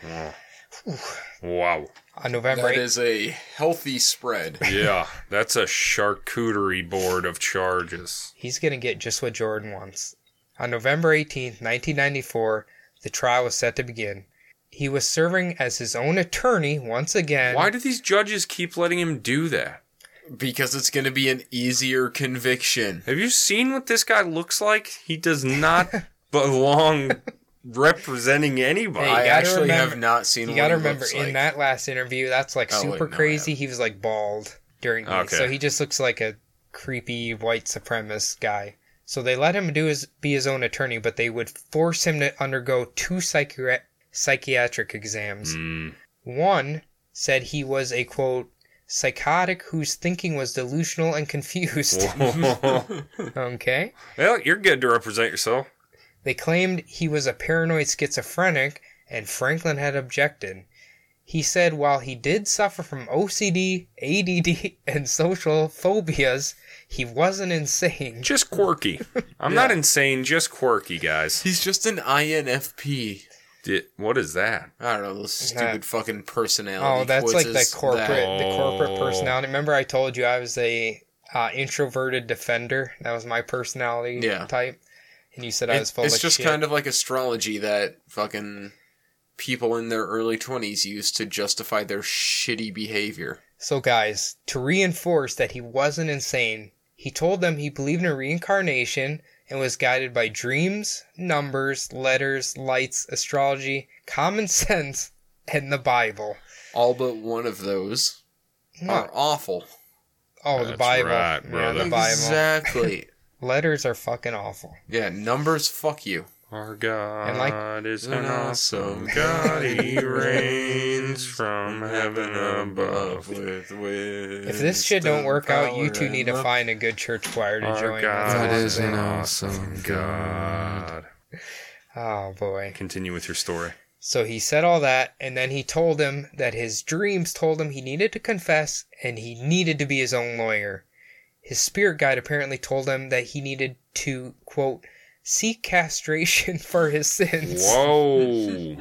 Wow.
That
On
is
November 8th,
a healthy spread.
Yeah, that's a charcuterie board of charges.
he's going to get just what Jordan wants. On November 18th, 1994, the trial was set to begin. He was serving as his own attorney once again.
Why do these judges keep letting him do that?
Because it's gonna be an easier conviction.
Have you seen what this guy looks like? He does not belong representing anybody.
Hey,
I
gotta
actually
remember-
have not seen
You
what
gotta
he
remember
looks
in
like.
that last interview, that's like
Oh, wait,
super
no, I
crazy. He was like bald during, the-
Okay.
so he just looks like a creepy white supremacist guy. So they let him do his be his own attorney, but they would force him to undergo two psychiatric psychiatric exams.
Hmm.
Mm,
One said he was a quote psychotic whose thinking was delusional and confused.
whoa.
okay.
well, you're good to represent yourself.
They claimed he was a paranoid schizophrenic, and Franklin had objected. He said while he did suffer from OCD, ADD, and social phobias, he wasn't insane.
Just quirky. I'm not insane, just quirky, guys.
He's just an INFP.
Di- what is that?
I don't know, those stupid fucking personality.
Oh, that's like the
quizzes
corporate,
that-
the corporate
Oh.
personality. Remember, I told you I was a uh, introverted defender. That was my personality
Yeah.
type, and you said I
It-
was full
it's
of
just
shit.
kind of like astrology that fucking people in their early 20s use to justify their shitty behavior.
So, guys, to reinforce that he wasn't insane, he told them he believed in reincarnation and was guided by dreams, numbers, letters, lights, astrology, common sense, and the Bible.
All but one of those
Not-
are awful.
oh, the
That's
Bible.
right,
yeah, the
brother.
Bible.
Exactly.
Letters are fucking awful.
yeah, numbers fuck you.
Our God
like-
is
an
an
awesome
awesome God. He
God.
reigns from heaven above.
with wisdom,
If this shit don't work out, you
power,
two
and
need to
love.
find a good church choir to
Our
join.
God
That's
is
all I'm
an
saying.
awesome God.
Oh boy.
Continue with your story.
So he said all that, and then he told him that his dreams told him he needed to confess and he needed to be his own lawyer. His spirit guide apparently told him that he needed to, quote, seek castration for his sins.
Whoa.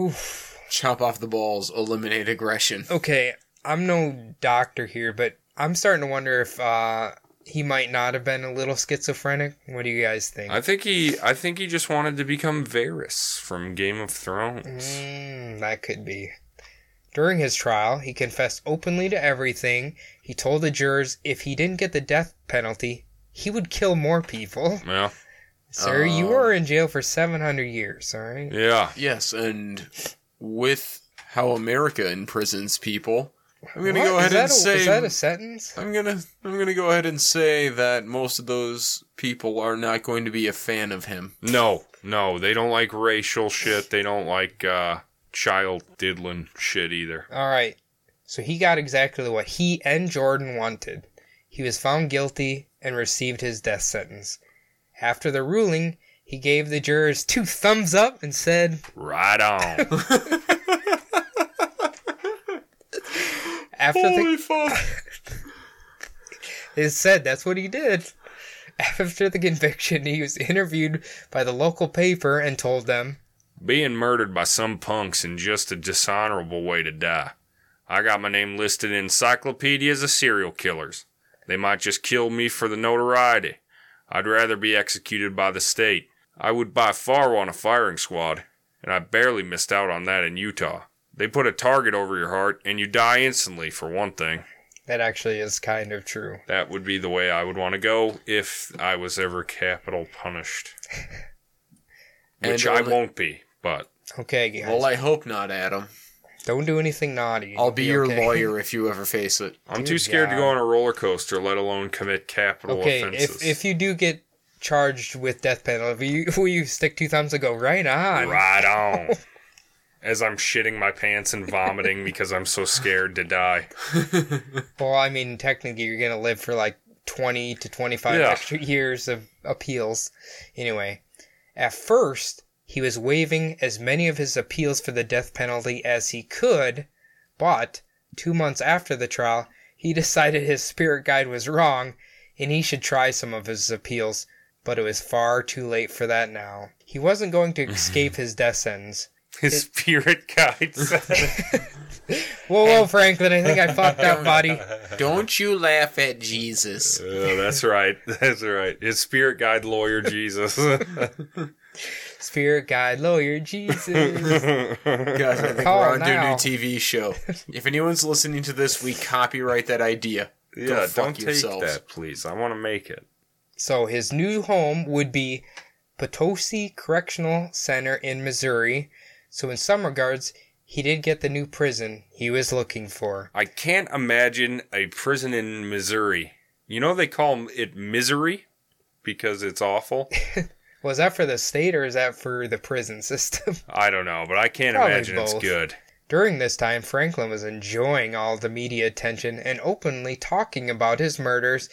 Oof.
Chop off the balls, eliminate aggression.
Okay, I'm no doctor here, but I'm starting to wonder if uh, he might not have been a little schizophrenic. What do you guys think?
I think he I think he just wanted to become Varys from Game of Thrones.
Mm, that could be. During his trial, he confessed openly to everything. He told the jurors if he didn't get the death penalty, he would kill more people.
Well,
Sir, you
Um.
were in jail for 700 years, all right?
yeah.
Yes, and with how America imprisons people, I'm gonna
What?
go
Is
ahead
that
and
a-
say
Is that a sentence?
I'm gonna I'm gonna go ahead and say that most of those people are not going to be a fan of him.
No, no, they don't like racial shit. They don't like uh, child diddling shit either.
All right. So he got exactly what he and Jordan wanted. He was found guilty and received his death sentence. After the ruling, he gave the jurors two thumbs up and said,
Right on.
after the,
fuck!
It said that's what he did. After the conviction, he was interviewed by the local paper and told them,
Being murdered by some punks in just a dishonorable way to die. I got my name listed in encyclopedias of serial killers. They might just kill me for the notoriety. I'd rather be executed by the state. I would by far want a firing squad, and I barely missed out on that in Utah. They put a target over your heart, and you die instantly, for one thing.
that actually is kind of true.
That would be the way I would want to go if I was ever capital punished. Which
And
I
only-
won't be, but
Okay, guys,
Well, I hope not, Adam.
don't do anything naughty.
I'll
You'll
be your
okay.
lawyer if you ever face it.
I'm
Dear
too scared to
God.
go on a roller coaster, let alone commit capital
Okay,
offenses.
if if you do get charged with death penalty, will you, will you stick two thumbs and go right on?
right on. As I'm shitting my pants and vomiting because I'm so scared to die.
Well, I mean, technically, you're gonna live for like 20 to 25
Yeah.
extra years of appeals. Anyway, at first, he was waiving as many of his appeals for the death penalty as he could, but two months after the trial, he decided his spirit guide was wrong and he should try some of his appeals, but it was far too late for that now. He wasn't going to escape his death sentence.
His spirit guide said,
Whoa, whoa, Franklin, I think I fucked up, buddy.
Don't you laugh at Jesus.
Oh, That's right. That's right. His spirit guide lawyer, Jesus.
Spirit guide, lawyer, Jesus.
Guys, I think
Call
we're onto a
now.
new TV show. If anyone's listening to this, we copyright that idea.
yeah,
fuck
don't take
yourselves.
that, please. I want to make it.
So his new home would be Potosi Correctional Center in Missouri. So in some regards, he did get the new prison he was looking for.
I can't imagine a prison in Missouri. You know they call it misery because it's awful.
Was that for the state or is that for the prison system?
I don't know, but I can't
Probably
imagine it's
both.
good.
During this time, Franklin was enjoying all the media attention and openly talking about his murders,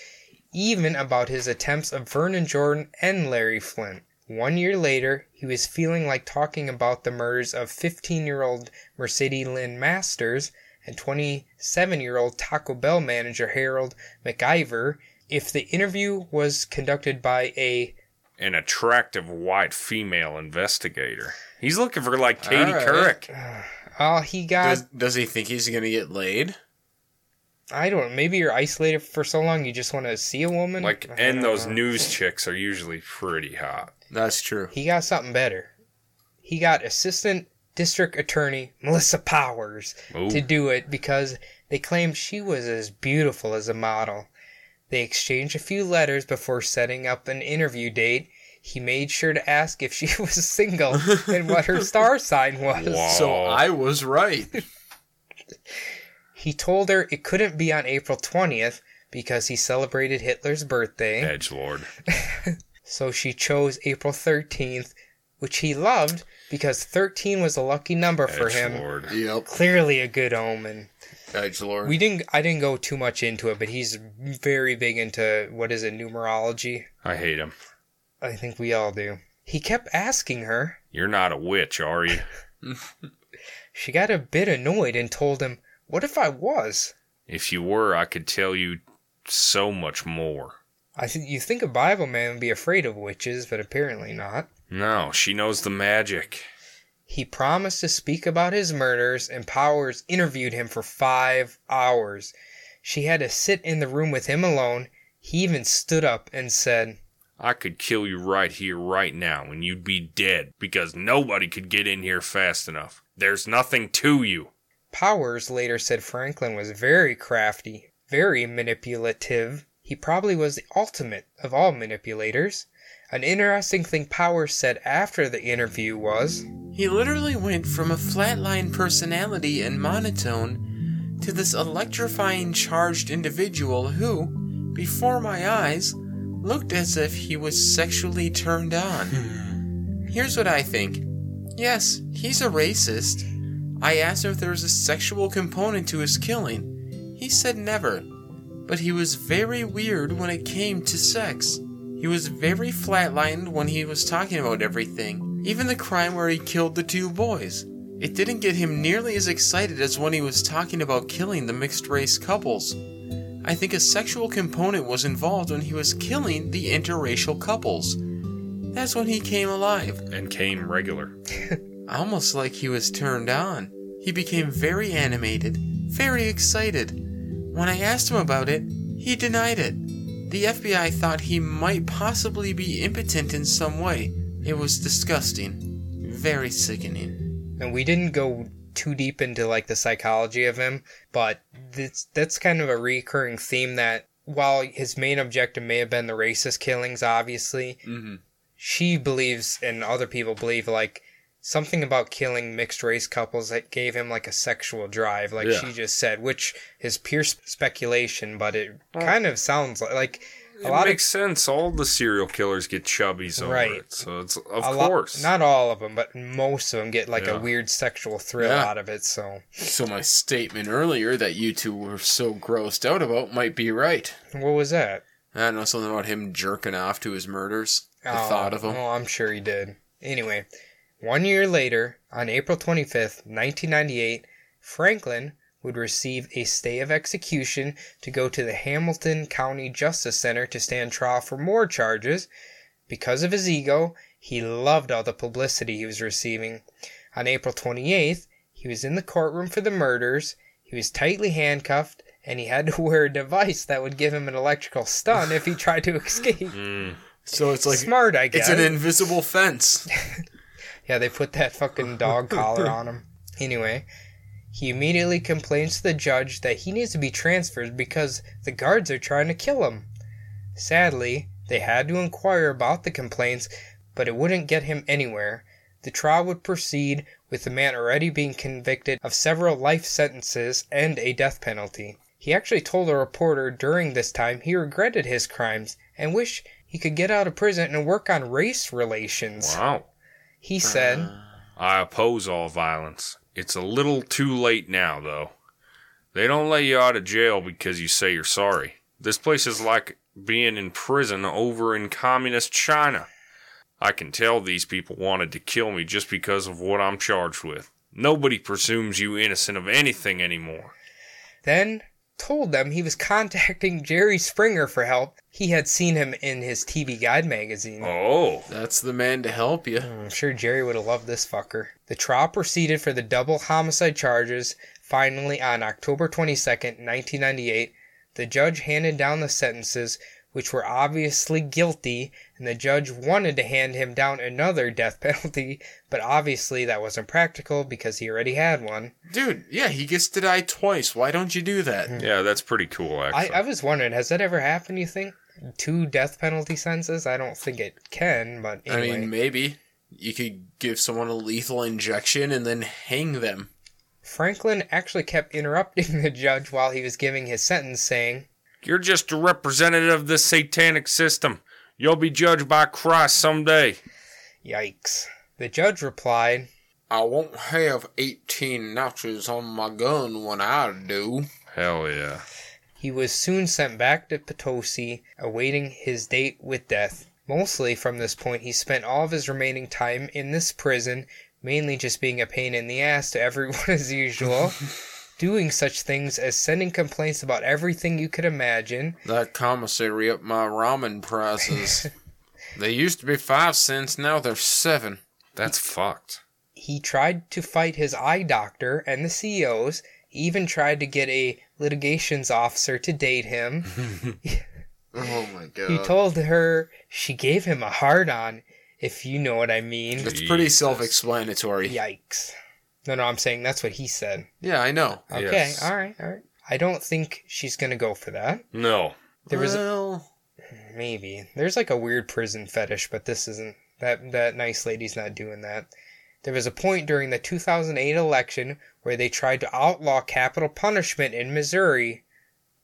even about his attempts of Vernon Jordan and Larry Flint. One year later, he was feeling like talking about the murders of 15 year old Mercedes Lynn Masters and 27 year old Taco Bell manager Harold McIver if the interview was conducted by a
An attractive white female investigator. He's looking for like
All
Katie
right.
Couric.
oh he got
Does, does he think he's gonna get laid?
I don't maybe you're isolated for so long you just want to see a woman
Like,
I
and
don't
those
know.
news chicks are usually pretty hot.
That's true.
He got something better. He got assistant district attorney Melissa Powers
Ooh.
to do it because they claimed she was as beautiful as a model. They exchanged a few letters before setting up an interview date. He made sure to ask if she was single and what her star sign was.
Wow.
So
Oh.
I was right.
He told her it couldn't be on April 20th because he celebrated Hitler's birthday.
Edge Lord.
So she chose April 13th, which he loved because 13 was a lucky number for him.
Lord.
yep.
Clearly a good omen.
Edge Lord.
We didn't I didn't go too much into it, but he's very big into what is it numerology?
I hate him.
I think we all do. He kept asking her.
You're not a witch, are you?
She got a bit annoyed and told him, "What if I was?"
If you were, I could tell you so much more.
I th- you think a Bible man would be afraid of witches, but apparently not.
No, she knows the magic.
He promised to speak about his murders, and Powers interviewed him for five hours. She had to sit in the room with him alone. He even stood up and said,
I could kill you right here, right now, and you'd be dead because nobody could get in here fast enough. There's nothing to you.
Powers later said Franklin was very crafty, very manipulative. He probably was the ultimate of all manipulators. An interesting thing Powers said after the interview was,
He literally went from a flatline personality and monotone to this electrifying charged individual who, before my eyes, looked as if he was sexually turned on. Here's what I think. Yes, he's a racist. I asked him if there was a sexual component to his killing. He said never. But he was very weird when it came to sex. He was very flatlined when he was talking about everything, even the crime where he killed the two boys. It didn't get him nearly as excited as when he was talking about killing the mixed race couples. I think a sexual component was involved when he was killing the interracial couples. That's when he came alive,
And came regular.
almost like he was turned on. He became very animated, very excited. When I asked him about it, he denied it. The FBI thought he might possibly be impotent in some way. It was disgusting. Very sickening.
and we didn't go too deep into like the psychology of him, but that's that's kind of a recurring theme that while his main objective may have been the racist killings, obviously,
Mm-hmm.
she believes and other people believe like something about killing mixed race couples that gave him like a sexual drive, like
Yeah.
she just said, which is pure sp- speculation, but it kind of sounds like, like a
it
lot of
makes sense. All the serial killers get chubbies over
Right.
it. So it's, of
a lot-
course.
not all of them, but most of them get like
Yeah.
a weird sexual thrill
Yeah.
out of it. So
So my statement earlier that you two were so grossed out about might be right.
what was that?
I don't know something about him jerking off to his murders. The
Oh,
thought of him.
Oh, I'm sure he did. Anyway, one year later, on April 25th, 1998, Franklin would receive a stay of execution to go to the Hamilton County Justice Center to stand trial for more charges. Because of his ego, he loved all the publicity he was receiving. On April 28th, he was in the courtroom for the murders. He was tightly handcuffed, and he had to wear a device that would give him an electrical stun if he tried to escape.
So it's like
Smart, I guess.
Hmm. it's an invisible fence.
Yeah, they put that fucking dog collar on him. Anyway, he immediately complains to the judge that he needs to be transferred because the guards are trying to kill him. Sadly, they had to inquire about the complaints, but it wouldn't get him anywhere. The trial would proceed with the man already being convicted of several life sentences and a death penalty. He actually told a reporter during this time he regretted his crimes and wished he could get out of prison and work on race relations.
wow.
He said,
I oppose all violence. It's a little too late now, though. They don't let you out of jail because you say you're sorry. This place is like being in prison over in communist China. I can tell these people wanted to kill me just because of what I'm charged with. Nobody presumes you innocent of anything anymore.
Then told them he was contacting Jerry Springer for help. He had seen him in his TV Guide magazine.
Oh,
That's the man to help you.
I'm sure Jerry would have loved this fucker. The trial proceeded for the double homicide charges. Finally, on October 22nd, 1998, the judge handed down the sentences, which were obviously guilty, and the judge wanted to hand him down another death penalty, but obviously that wasn't practical because he already had one.
Dude, yeah, he gets to die twice. Why don't you do that?
yeah, that's pretty cool,
I,
actually.
I was wondering, has that ever happened, you think? Two death penalty sentences? I don't think it can, but anyway.
I mean, maybe. You could give someone a lethal injection and then hang them.
Franklin actually kept interrupting the judge while he was giving his sentence, saying,
You're just a representative of the satanic system. You'll be judged by Christ someday.
Yikes. The judge replied,
I won't have 18 notches on my gun when I do.
Hell yeah.
He was soon sent back to Potosi, awaiting his date with death. Mostly from this point, he spent all of his remaining time in this prison, mainly just being a pain in the ass to everyone as usual, doing such things as sending complaints about everything you could imagine,
That commissary up my ramen prices. they used to be five cents, now they're seven.
That's fucked.
he tried to fight his eye doctor and the CEOs, even tried to get a litigations officer to date him.
Oh my god.
He told her she gave him a hard on, if you know what I mean.
That's pretty
Jesus.
self explanatory. Yeah.
Yikes. No, no, I'm saying that's what he said.
I know.
Okay,
Yes.
all right, all right. I don't think she's going to go for that.
No.
There was
well,
maybe. There's like a weird prison fetish, but this isn't that that nice lady's not doing that. There was a point during the 2008 election where they tried to outlaw capital punishment in Missouri,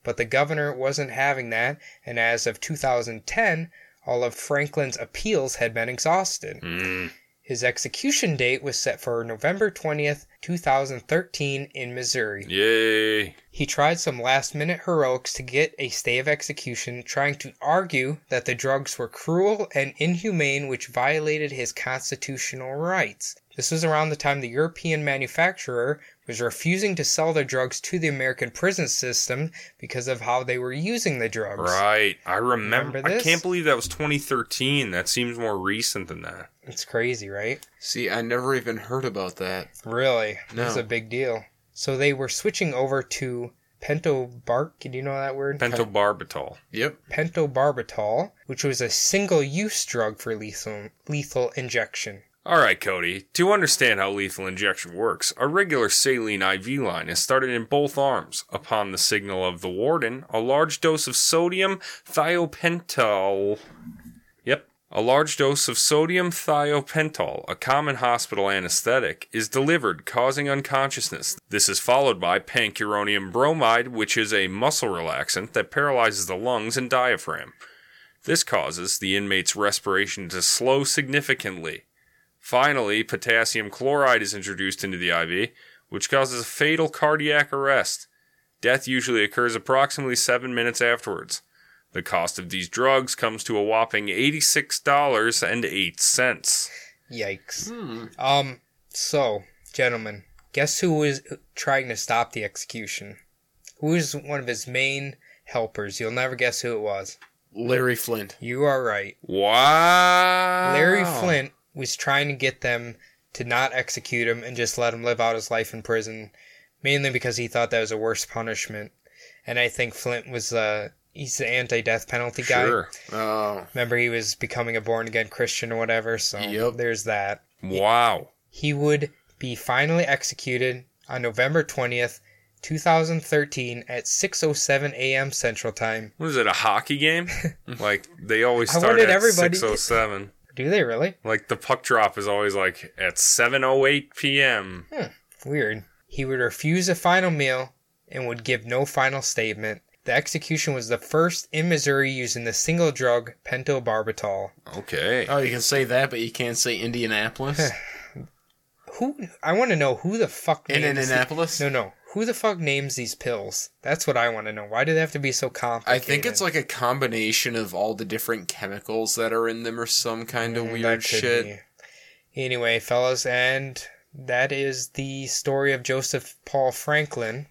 but the governor wasn't having that, and as of 2010, all of Franklin's appeals had been exhausted.
Mm.
His execution date was set for November 20th, 2013 in Missouri.
Yay.
He tried some last minute heroics to get a stay of execution, trying to argue that the drugs were cruel and inhumane, which violated his constitutional rights. This was around the time the European manufacturer was refusing to sell their drugs to the American prison system because of how they were using the drugs.
Right. I remember.
Remember
I
this?
can't believe that was 2013. That seems more recent than that.
It's crazy, right?
see, I never even heard about that.
Really?
No.
That's a big deal. So they were switching over to pentobark. Do you know that word?
Pentobarbital.
Yep.
pentobarbital, which was a single-use drug for lethal lethal injection.
All right, Cody. To understand how lethal injection works, a regular saline IV line is started in both arms. Upon the signal of the warden, a large dose of sodium thiopental. Yep. A large dose of sodium thiopental, a common hospital anesthetic, is delivered, causing unconsciousness. This is followed by pancuronium bromide, which is a muscle relaxant that paralyzes the lungs and diaphragm. This causes the inmate's respiration to slow significantly. Finally, potassium chloride is introduced into the IV, which causes a fatal cardiac arrest. Death usually occurs approximately seven minutes afterwards. The cost of these drugs comes to a whopping $86.08.
Yikes.
Hmm.
Um. So, gentlemen, guess who was trying to stop the execution? Who was one of his main helpers? You'll never guess who it was.
Larry Flint.
You are right.
Wow.
Larry Flint was trying to get them to not execute him and just let him live out his life in prison, mainly because he thought that was a worse punishment. And I think Flint was uh he's the anti-death penalty guy.
Sure.
Oh.
Remember, he was becoming a born again Christian or whatever, so
Yep.
there's that.
Wow.
He would be finally executed on November 20th, 2013 at 6:07 a.m. Central Time.
What is it, a hockey game? like, they always
I
start
wanted
at
everybody-
6.07.
Do they really?
Like, the puck drop is always, like, at 7.08 p.m.
Weird. He would refuse a final meal and would give no final statement. The execution was the first in Missouri using the single drug pentobarbital.
Okay.
Oh, you can say that, but you can't say Indianapolis.
Who I want to know who the fuck
In
named this-
Indianapolis?
No, no. Who the fuck names these pills? That's what I want to know. Why do they have to be so
I
complicated?
think it's like a combination of all the different chemicals that are in them or some kind of
Mm,
weird
that could
shit.
be. Anyway, fellas, and that is the story of Joseph Paul Franklin.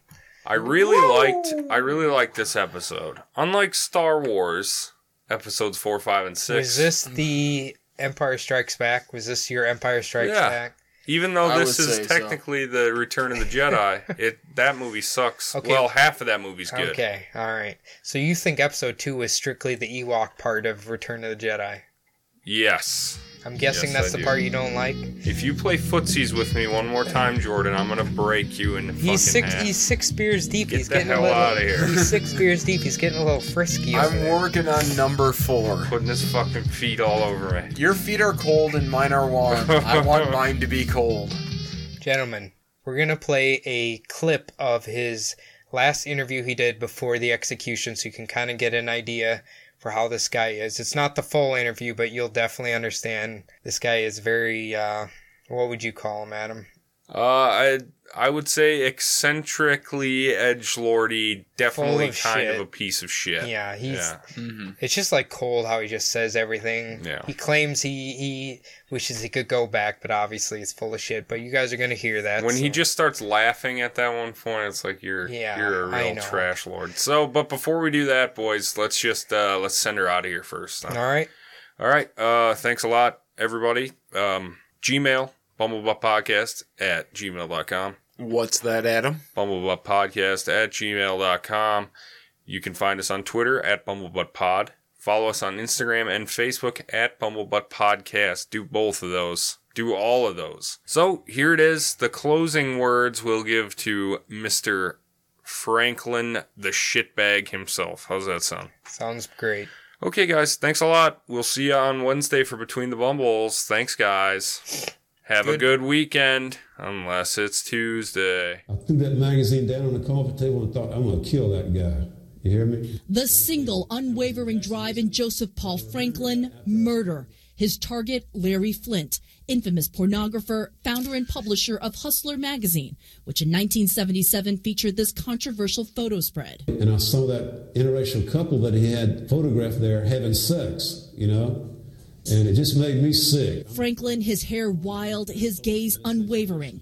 I really liked I really liked this episode. Unlike Star Wars episodes 4, 5 and 6.
Was this the Empire Strikes Back? Was this your Empire Strikes
Yeah.
Back?
Even though
I
this
would say
is
so.
technically the Return of the Jedi, it that movie sucks.
Okay.
Well, half of that movie's good.
Okay, all right. So you think episode two was strictly the Ewok part of Return of the Jedi?
Yes.
I'm guessing
Yes,
that's
I
the
do.
part you don't like.
If you play footsies with me one more time, Jordan, I'm gonna break you in the fucking
He's six.
half.
He's six beers deep.
Get
he's
the
getting
hell
a little.
outta here.
He's six beers deep. He's getting a little frisky. over
I'm
there.
working on number four.
Putting his fucking feet all over me.
Your feet are cold and mine are warm. I want mine to be cold.
Gentlemen, we're going to play a clip of his last interview he did before the execution so you can kind of get an idea for how this guy is. It's not the full interview, but you'll definitely understand this guy is very, uh, what would you call him, Adam?
Uh, I I would say eccentrically edge lordy, definitely
of
kind
shit.
of a piece of shit.
Yeah, he's.
Yeah.
It's just like cold how he just says everything.
Yeah.
He claims he he wishes he could go back, but obviously it's full of shit. But you guys are gonna hear that
when he
so-
just starts laughing at that one point, it's like you're
Yeah,
you're a
I
real
know.
trash lord. So, but before we do that, boys, let's just uh, let's send her out of here first.
All right.
All right. Uh, thanks a lot, everybody. Um, Gmail, bumblebuttpodcast at gmail.com.
What's that, Adam?
Bumblebuttpodcast at gmail.com. You can find us on Twitter at bumblebuttpod. Follow us on Instagram and Facebook at bumblebuttpodcast. Do both of those. Do all of those. So here it is. The closing words we'll give to Mr. Franklin the shitbag himself. How's that sound?
Sounds great.
Okay, guys, thanks a lot. We'll see you on Wednesday for Between the Bumbles. Thanks, guys. Have a good weekend, unless it's Tuesday.
I threw that magazine down on the coffee table and thought, I'm going to kill that guy. You hear me?
The single unwavering drive in Joseph Paul Franklin, murder. His target, Larry Flint, infamous pornographer, founder and publisher of Hustler magazine, which in 1977 featured this controversial photo spread.
And I saw that interracial couple that he had photographed there having sex, you know? And it just made me sick.
Franklin, his hair wild, his gaze unwavering,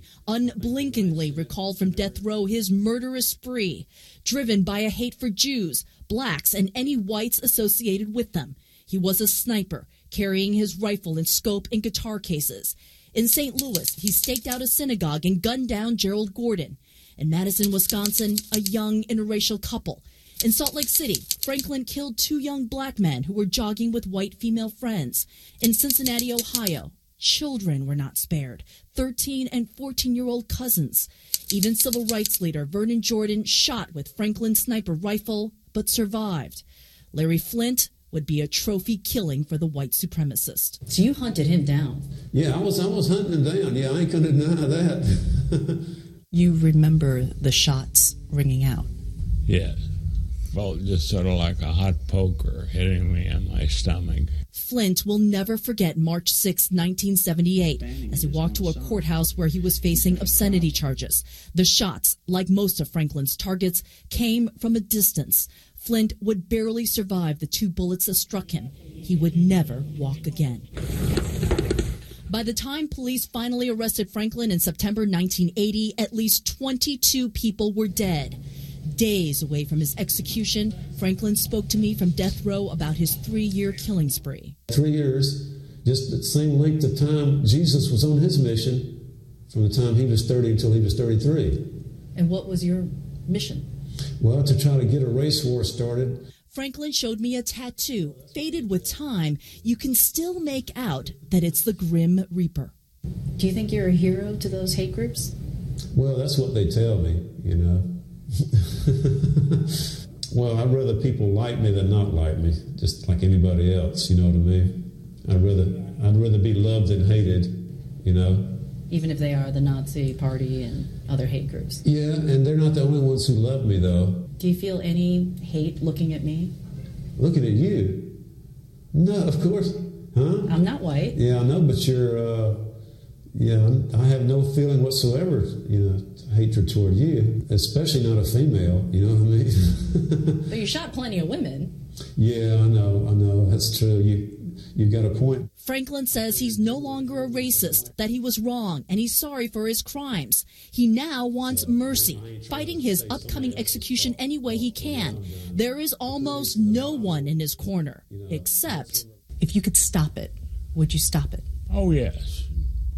unblinkingly recalled from death row his murderous spree, driven by a hate for Jews, blacks, and any whites associated with them. He was a sniper, carrying his rifle and scope in guitar cases. In St. Louis, he staked out a synagogue and gunned down Gerald Gordon. In Madison, Wisconsin, a young interracial couple. In Salt Lake City, Franklin killed two young black men who were jogging with white female friends. In Cincinnati, Ohio, children were not spared 13 and 14 year old cousins. Even civil rights leader Vernon Jordan shot with Franklin's sniper rifle, but survived. Larry Flint would be a trophy killing for the white supremacist. So you hunted him down.
Yeah, I was, I was hunting him down. Yeah, I ain't going to deny that.
You remember the shots ringing out.
Yes. Felt just sort of like a hot poker hitting me in my stomach.
Flint will never forget March 6, 1978, as he walked to a courthouse where he was facing obscenity charges. The shots, like most of Franklin's targets, came from a distance. Flint would barely survive the two bullets that struck him. He would never walk again. By the time police finally arrested Franklin in September 1980, at least 22 people were dead. Days away from his execution, Franklin spoke to me from death row about his three year killing spree.
Three years, just the same length of time Jesus was on his mission from the time he was 30 until he was 33.
And what was your mission?
Well, to try to get a race war started,
Franklin showed me a tattoo. Faded with time, you can still make out that it's the Grim Reaper.
Do you think you're a hero to those hate groups?
Well, that's what they tell me, you know. well, I'd rather people like me than not like me, just like anybody else, you know what I mean? I'd rather I'd rather be loved than hated, you know.
Even if they are the Nazi party and other hate groups.
Yeah, and they're not the only ones who love me though.
Do you feel any hate looking at me?
Looking at you. No, of course. Huh?
I'm not white.
Yeah, I know, but you're uh Yeah, I'm- I have no feeling whatsoever, you know, hatred toward you, especially not a female. You know what I mean?
But you shot plenty of women.
yeah, I know, I know. That's true. You, you got a point.
Franklin says he's no longer a racist, that he was wrong, and he's sorry for his crimes. He now wants mercy, fighting his upcoming execution any way he can. There is almost no one in his corner, except.
If you could stop it, would you stop it?
Oh, yes.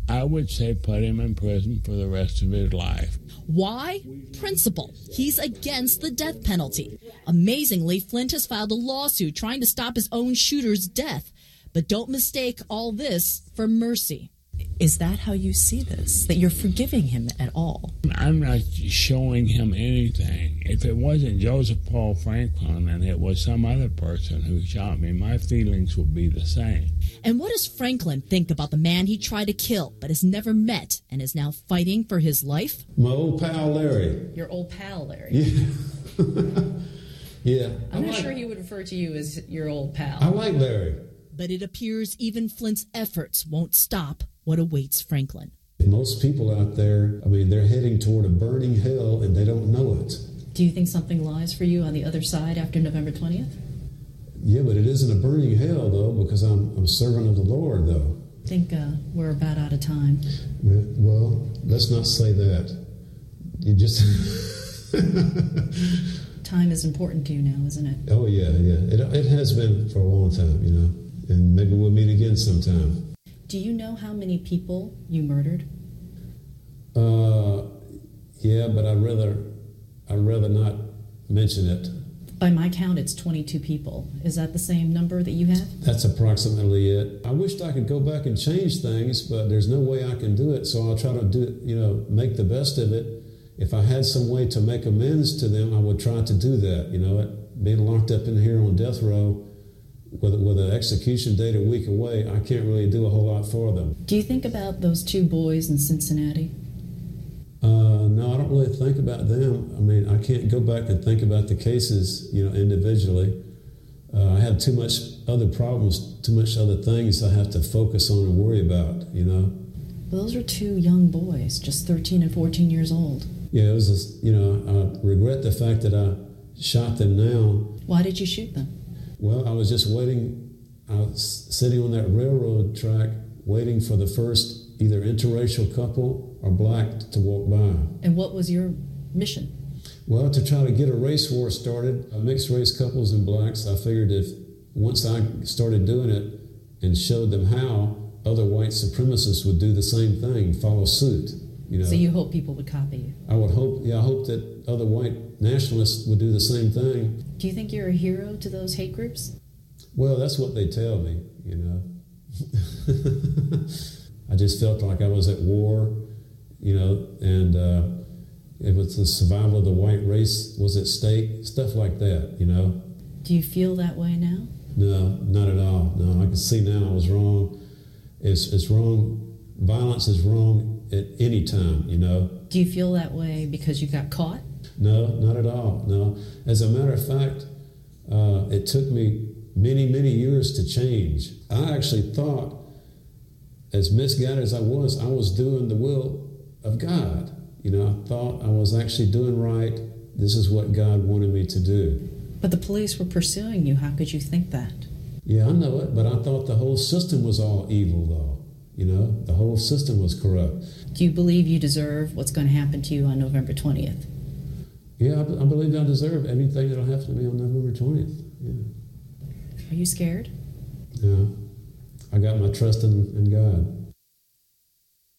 I would say put him in prison for the rest of his life.
Why? Principle. He's against the death penalty. Amazingly, Flint has filed a lawsuit trying to stop his own shooter's death. But don't mistake all this for mercy.
Is that how you see this? That you're forgiving him at all?
I'm not showing him anything. If it wasn't Joseph Paul Franklin and it was some other person who shot me, my feelings would be the same.
And what does Franklin think about the man he tried to kill but has never met and is now fighting for his life?
My old pal Larry.
Your old pal, Larry.
Yeah. yeah. I
I'm not
like-
sure he would refer to you as your old pal.
I like Larry.
But it appears even Flint's efforts won't stop what awaits Franklin.
Most people out there, I mean, they're heading toward a burning hell and they don't know it.
Do you think something lies for you on the other side after November 20th?
Yeah, but it isn't a burning hell though, because I'm I'm a servant of the Lord though.
I think uh, we're about out of time.
Re- Well, let's not say that. You just
Time is important to you now, isn't it?
oh yeah yeah it it has been for a long time you know, and maybe we'll meet again sometime.
Do you know how many people you murdered?
Uh, yeah, but I'd rather I'd rather not mention it.
By my count, it's 22 people. Is that the same number that you have?
That's approximately it. I wished I could go back and change things, but there's no way I can do it. So I'll try to do it, you know, make the best of it. If I had some way to make amends to them, I would try to do that. You know, it, being locked up in here on death row with, with an execution date a week away, I can't really do a whole lot for them.
Do you think about those two boys in Cincinnati?
Uh, no, I don't really think about them. I mean, I can't go back and think about the cases, you know, individually. Uh, I have too much other problems, too much other things I have to focus on and worry about, you know.
Those are two young boys, just 13 and 14 years old.
Yeah, it was just, you know, I regret the fact that I shot them now.
Why did you shoot them?
Well, I was just waiting, I was sitting on that railroad track waiting for the first either interracial couple or black to walk by.
And what was your mission?
Well, to try to get a race war started, uh, mixed race couples and blacks, I figured if once I started doing it and showed them how, other white supremacists would do the same thing, follow suit. You know,
So you hope people would copy you.
I would hope, yeah, I hope that other white nationalists would do the same thing.
Do you think you're a hero to those hate groups?
Well, that's what they tell me, you know. I just felt like I was at war, you know, and uh, it was the survival of the white race was at stake, stuff like that, you know.
Do you feel that way now?
No, not at all. No, I can see now I was wrong. It's, it's wrong. Violence is wrong at any time, you know.
Do you feel that way because you got caught?
No, not at all. No. As a matter of fact, uh, it took me many, many years to change. I actually thought, as misguided as I was, I was doing the will of God. You know, I thought I was actually doing right. This is what God wanted me to do.
But the police were pursuing you. How could you think that?
Yeah, I know it, but I thought the whole system was all evil, though. You know, the whole system was corrupt.
Do you believe you deserve what's going to happen to you on November 20th?
Yeah, I, be- I believe I deserve everything that'll happen to me on November 20th. Yeah.
Are you scared?
yeah. I got my trust in, in God.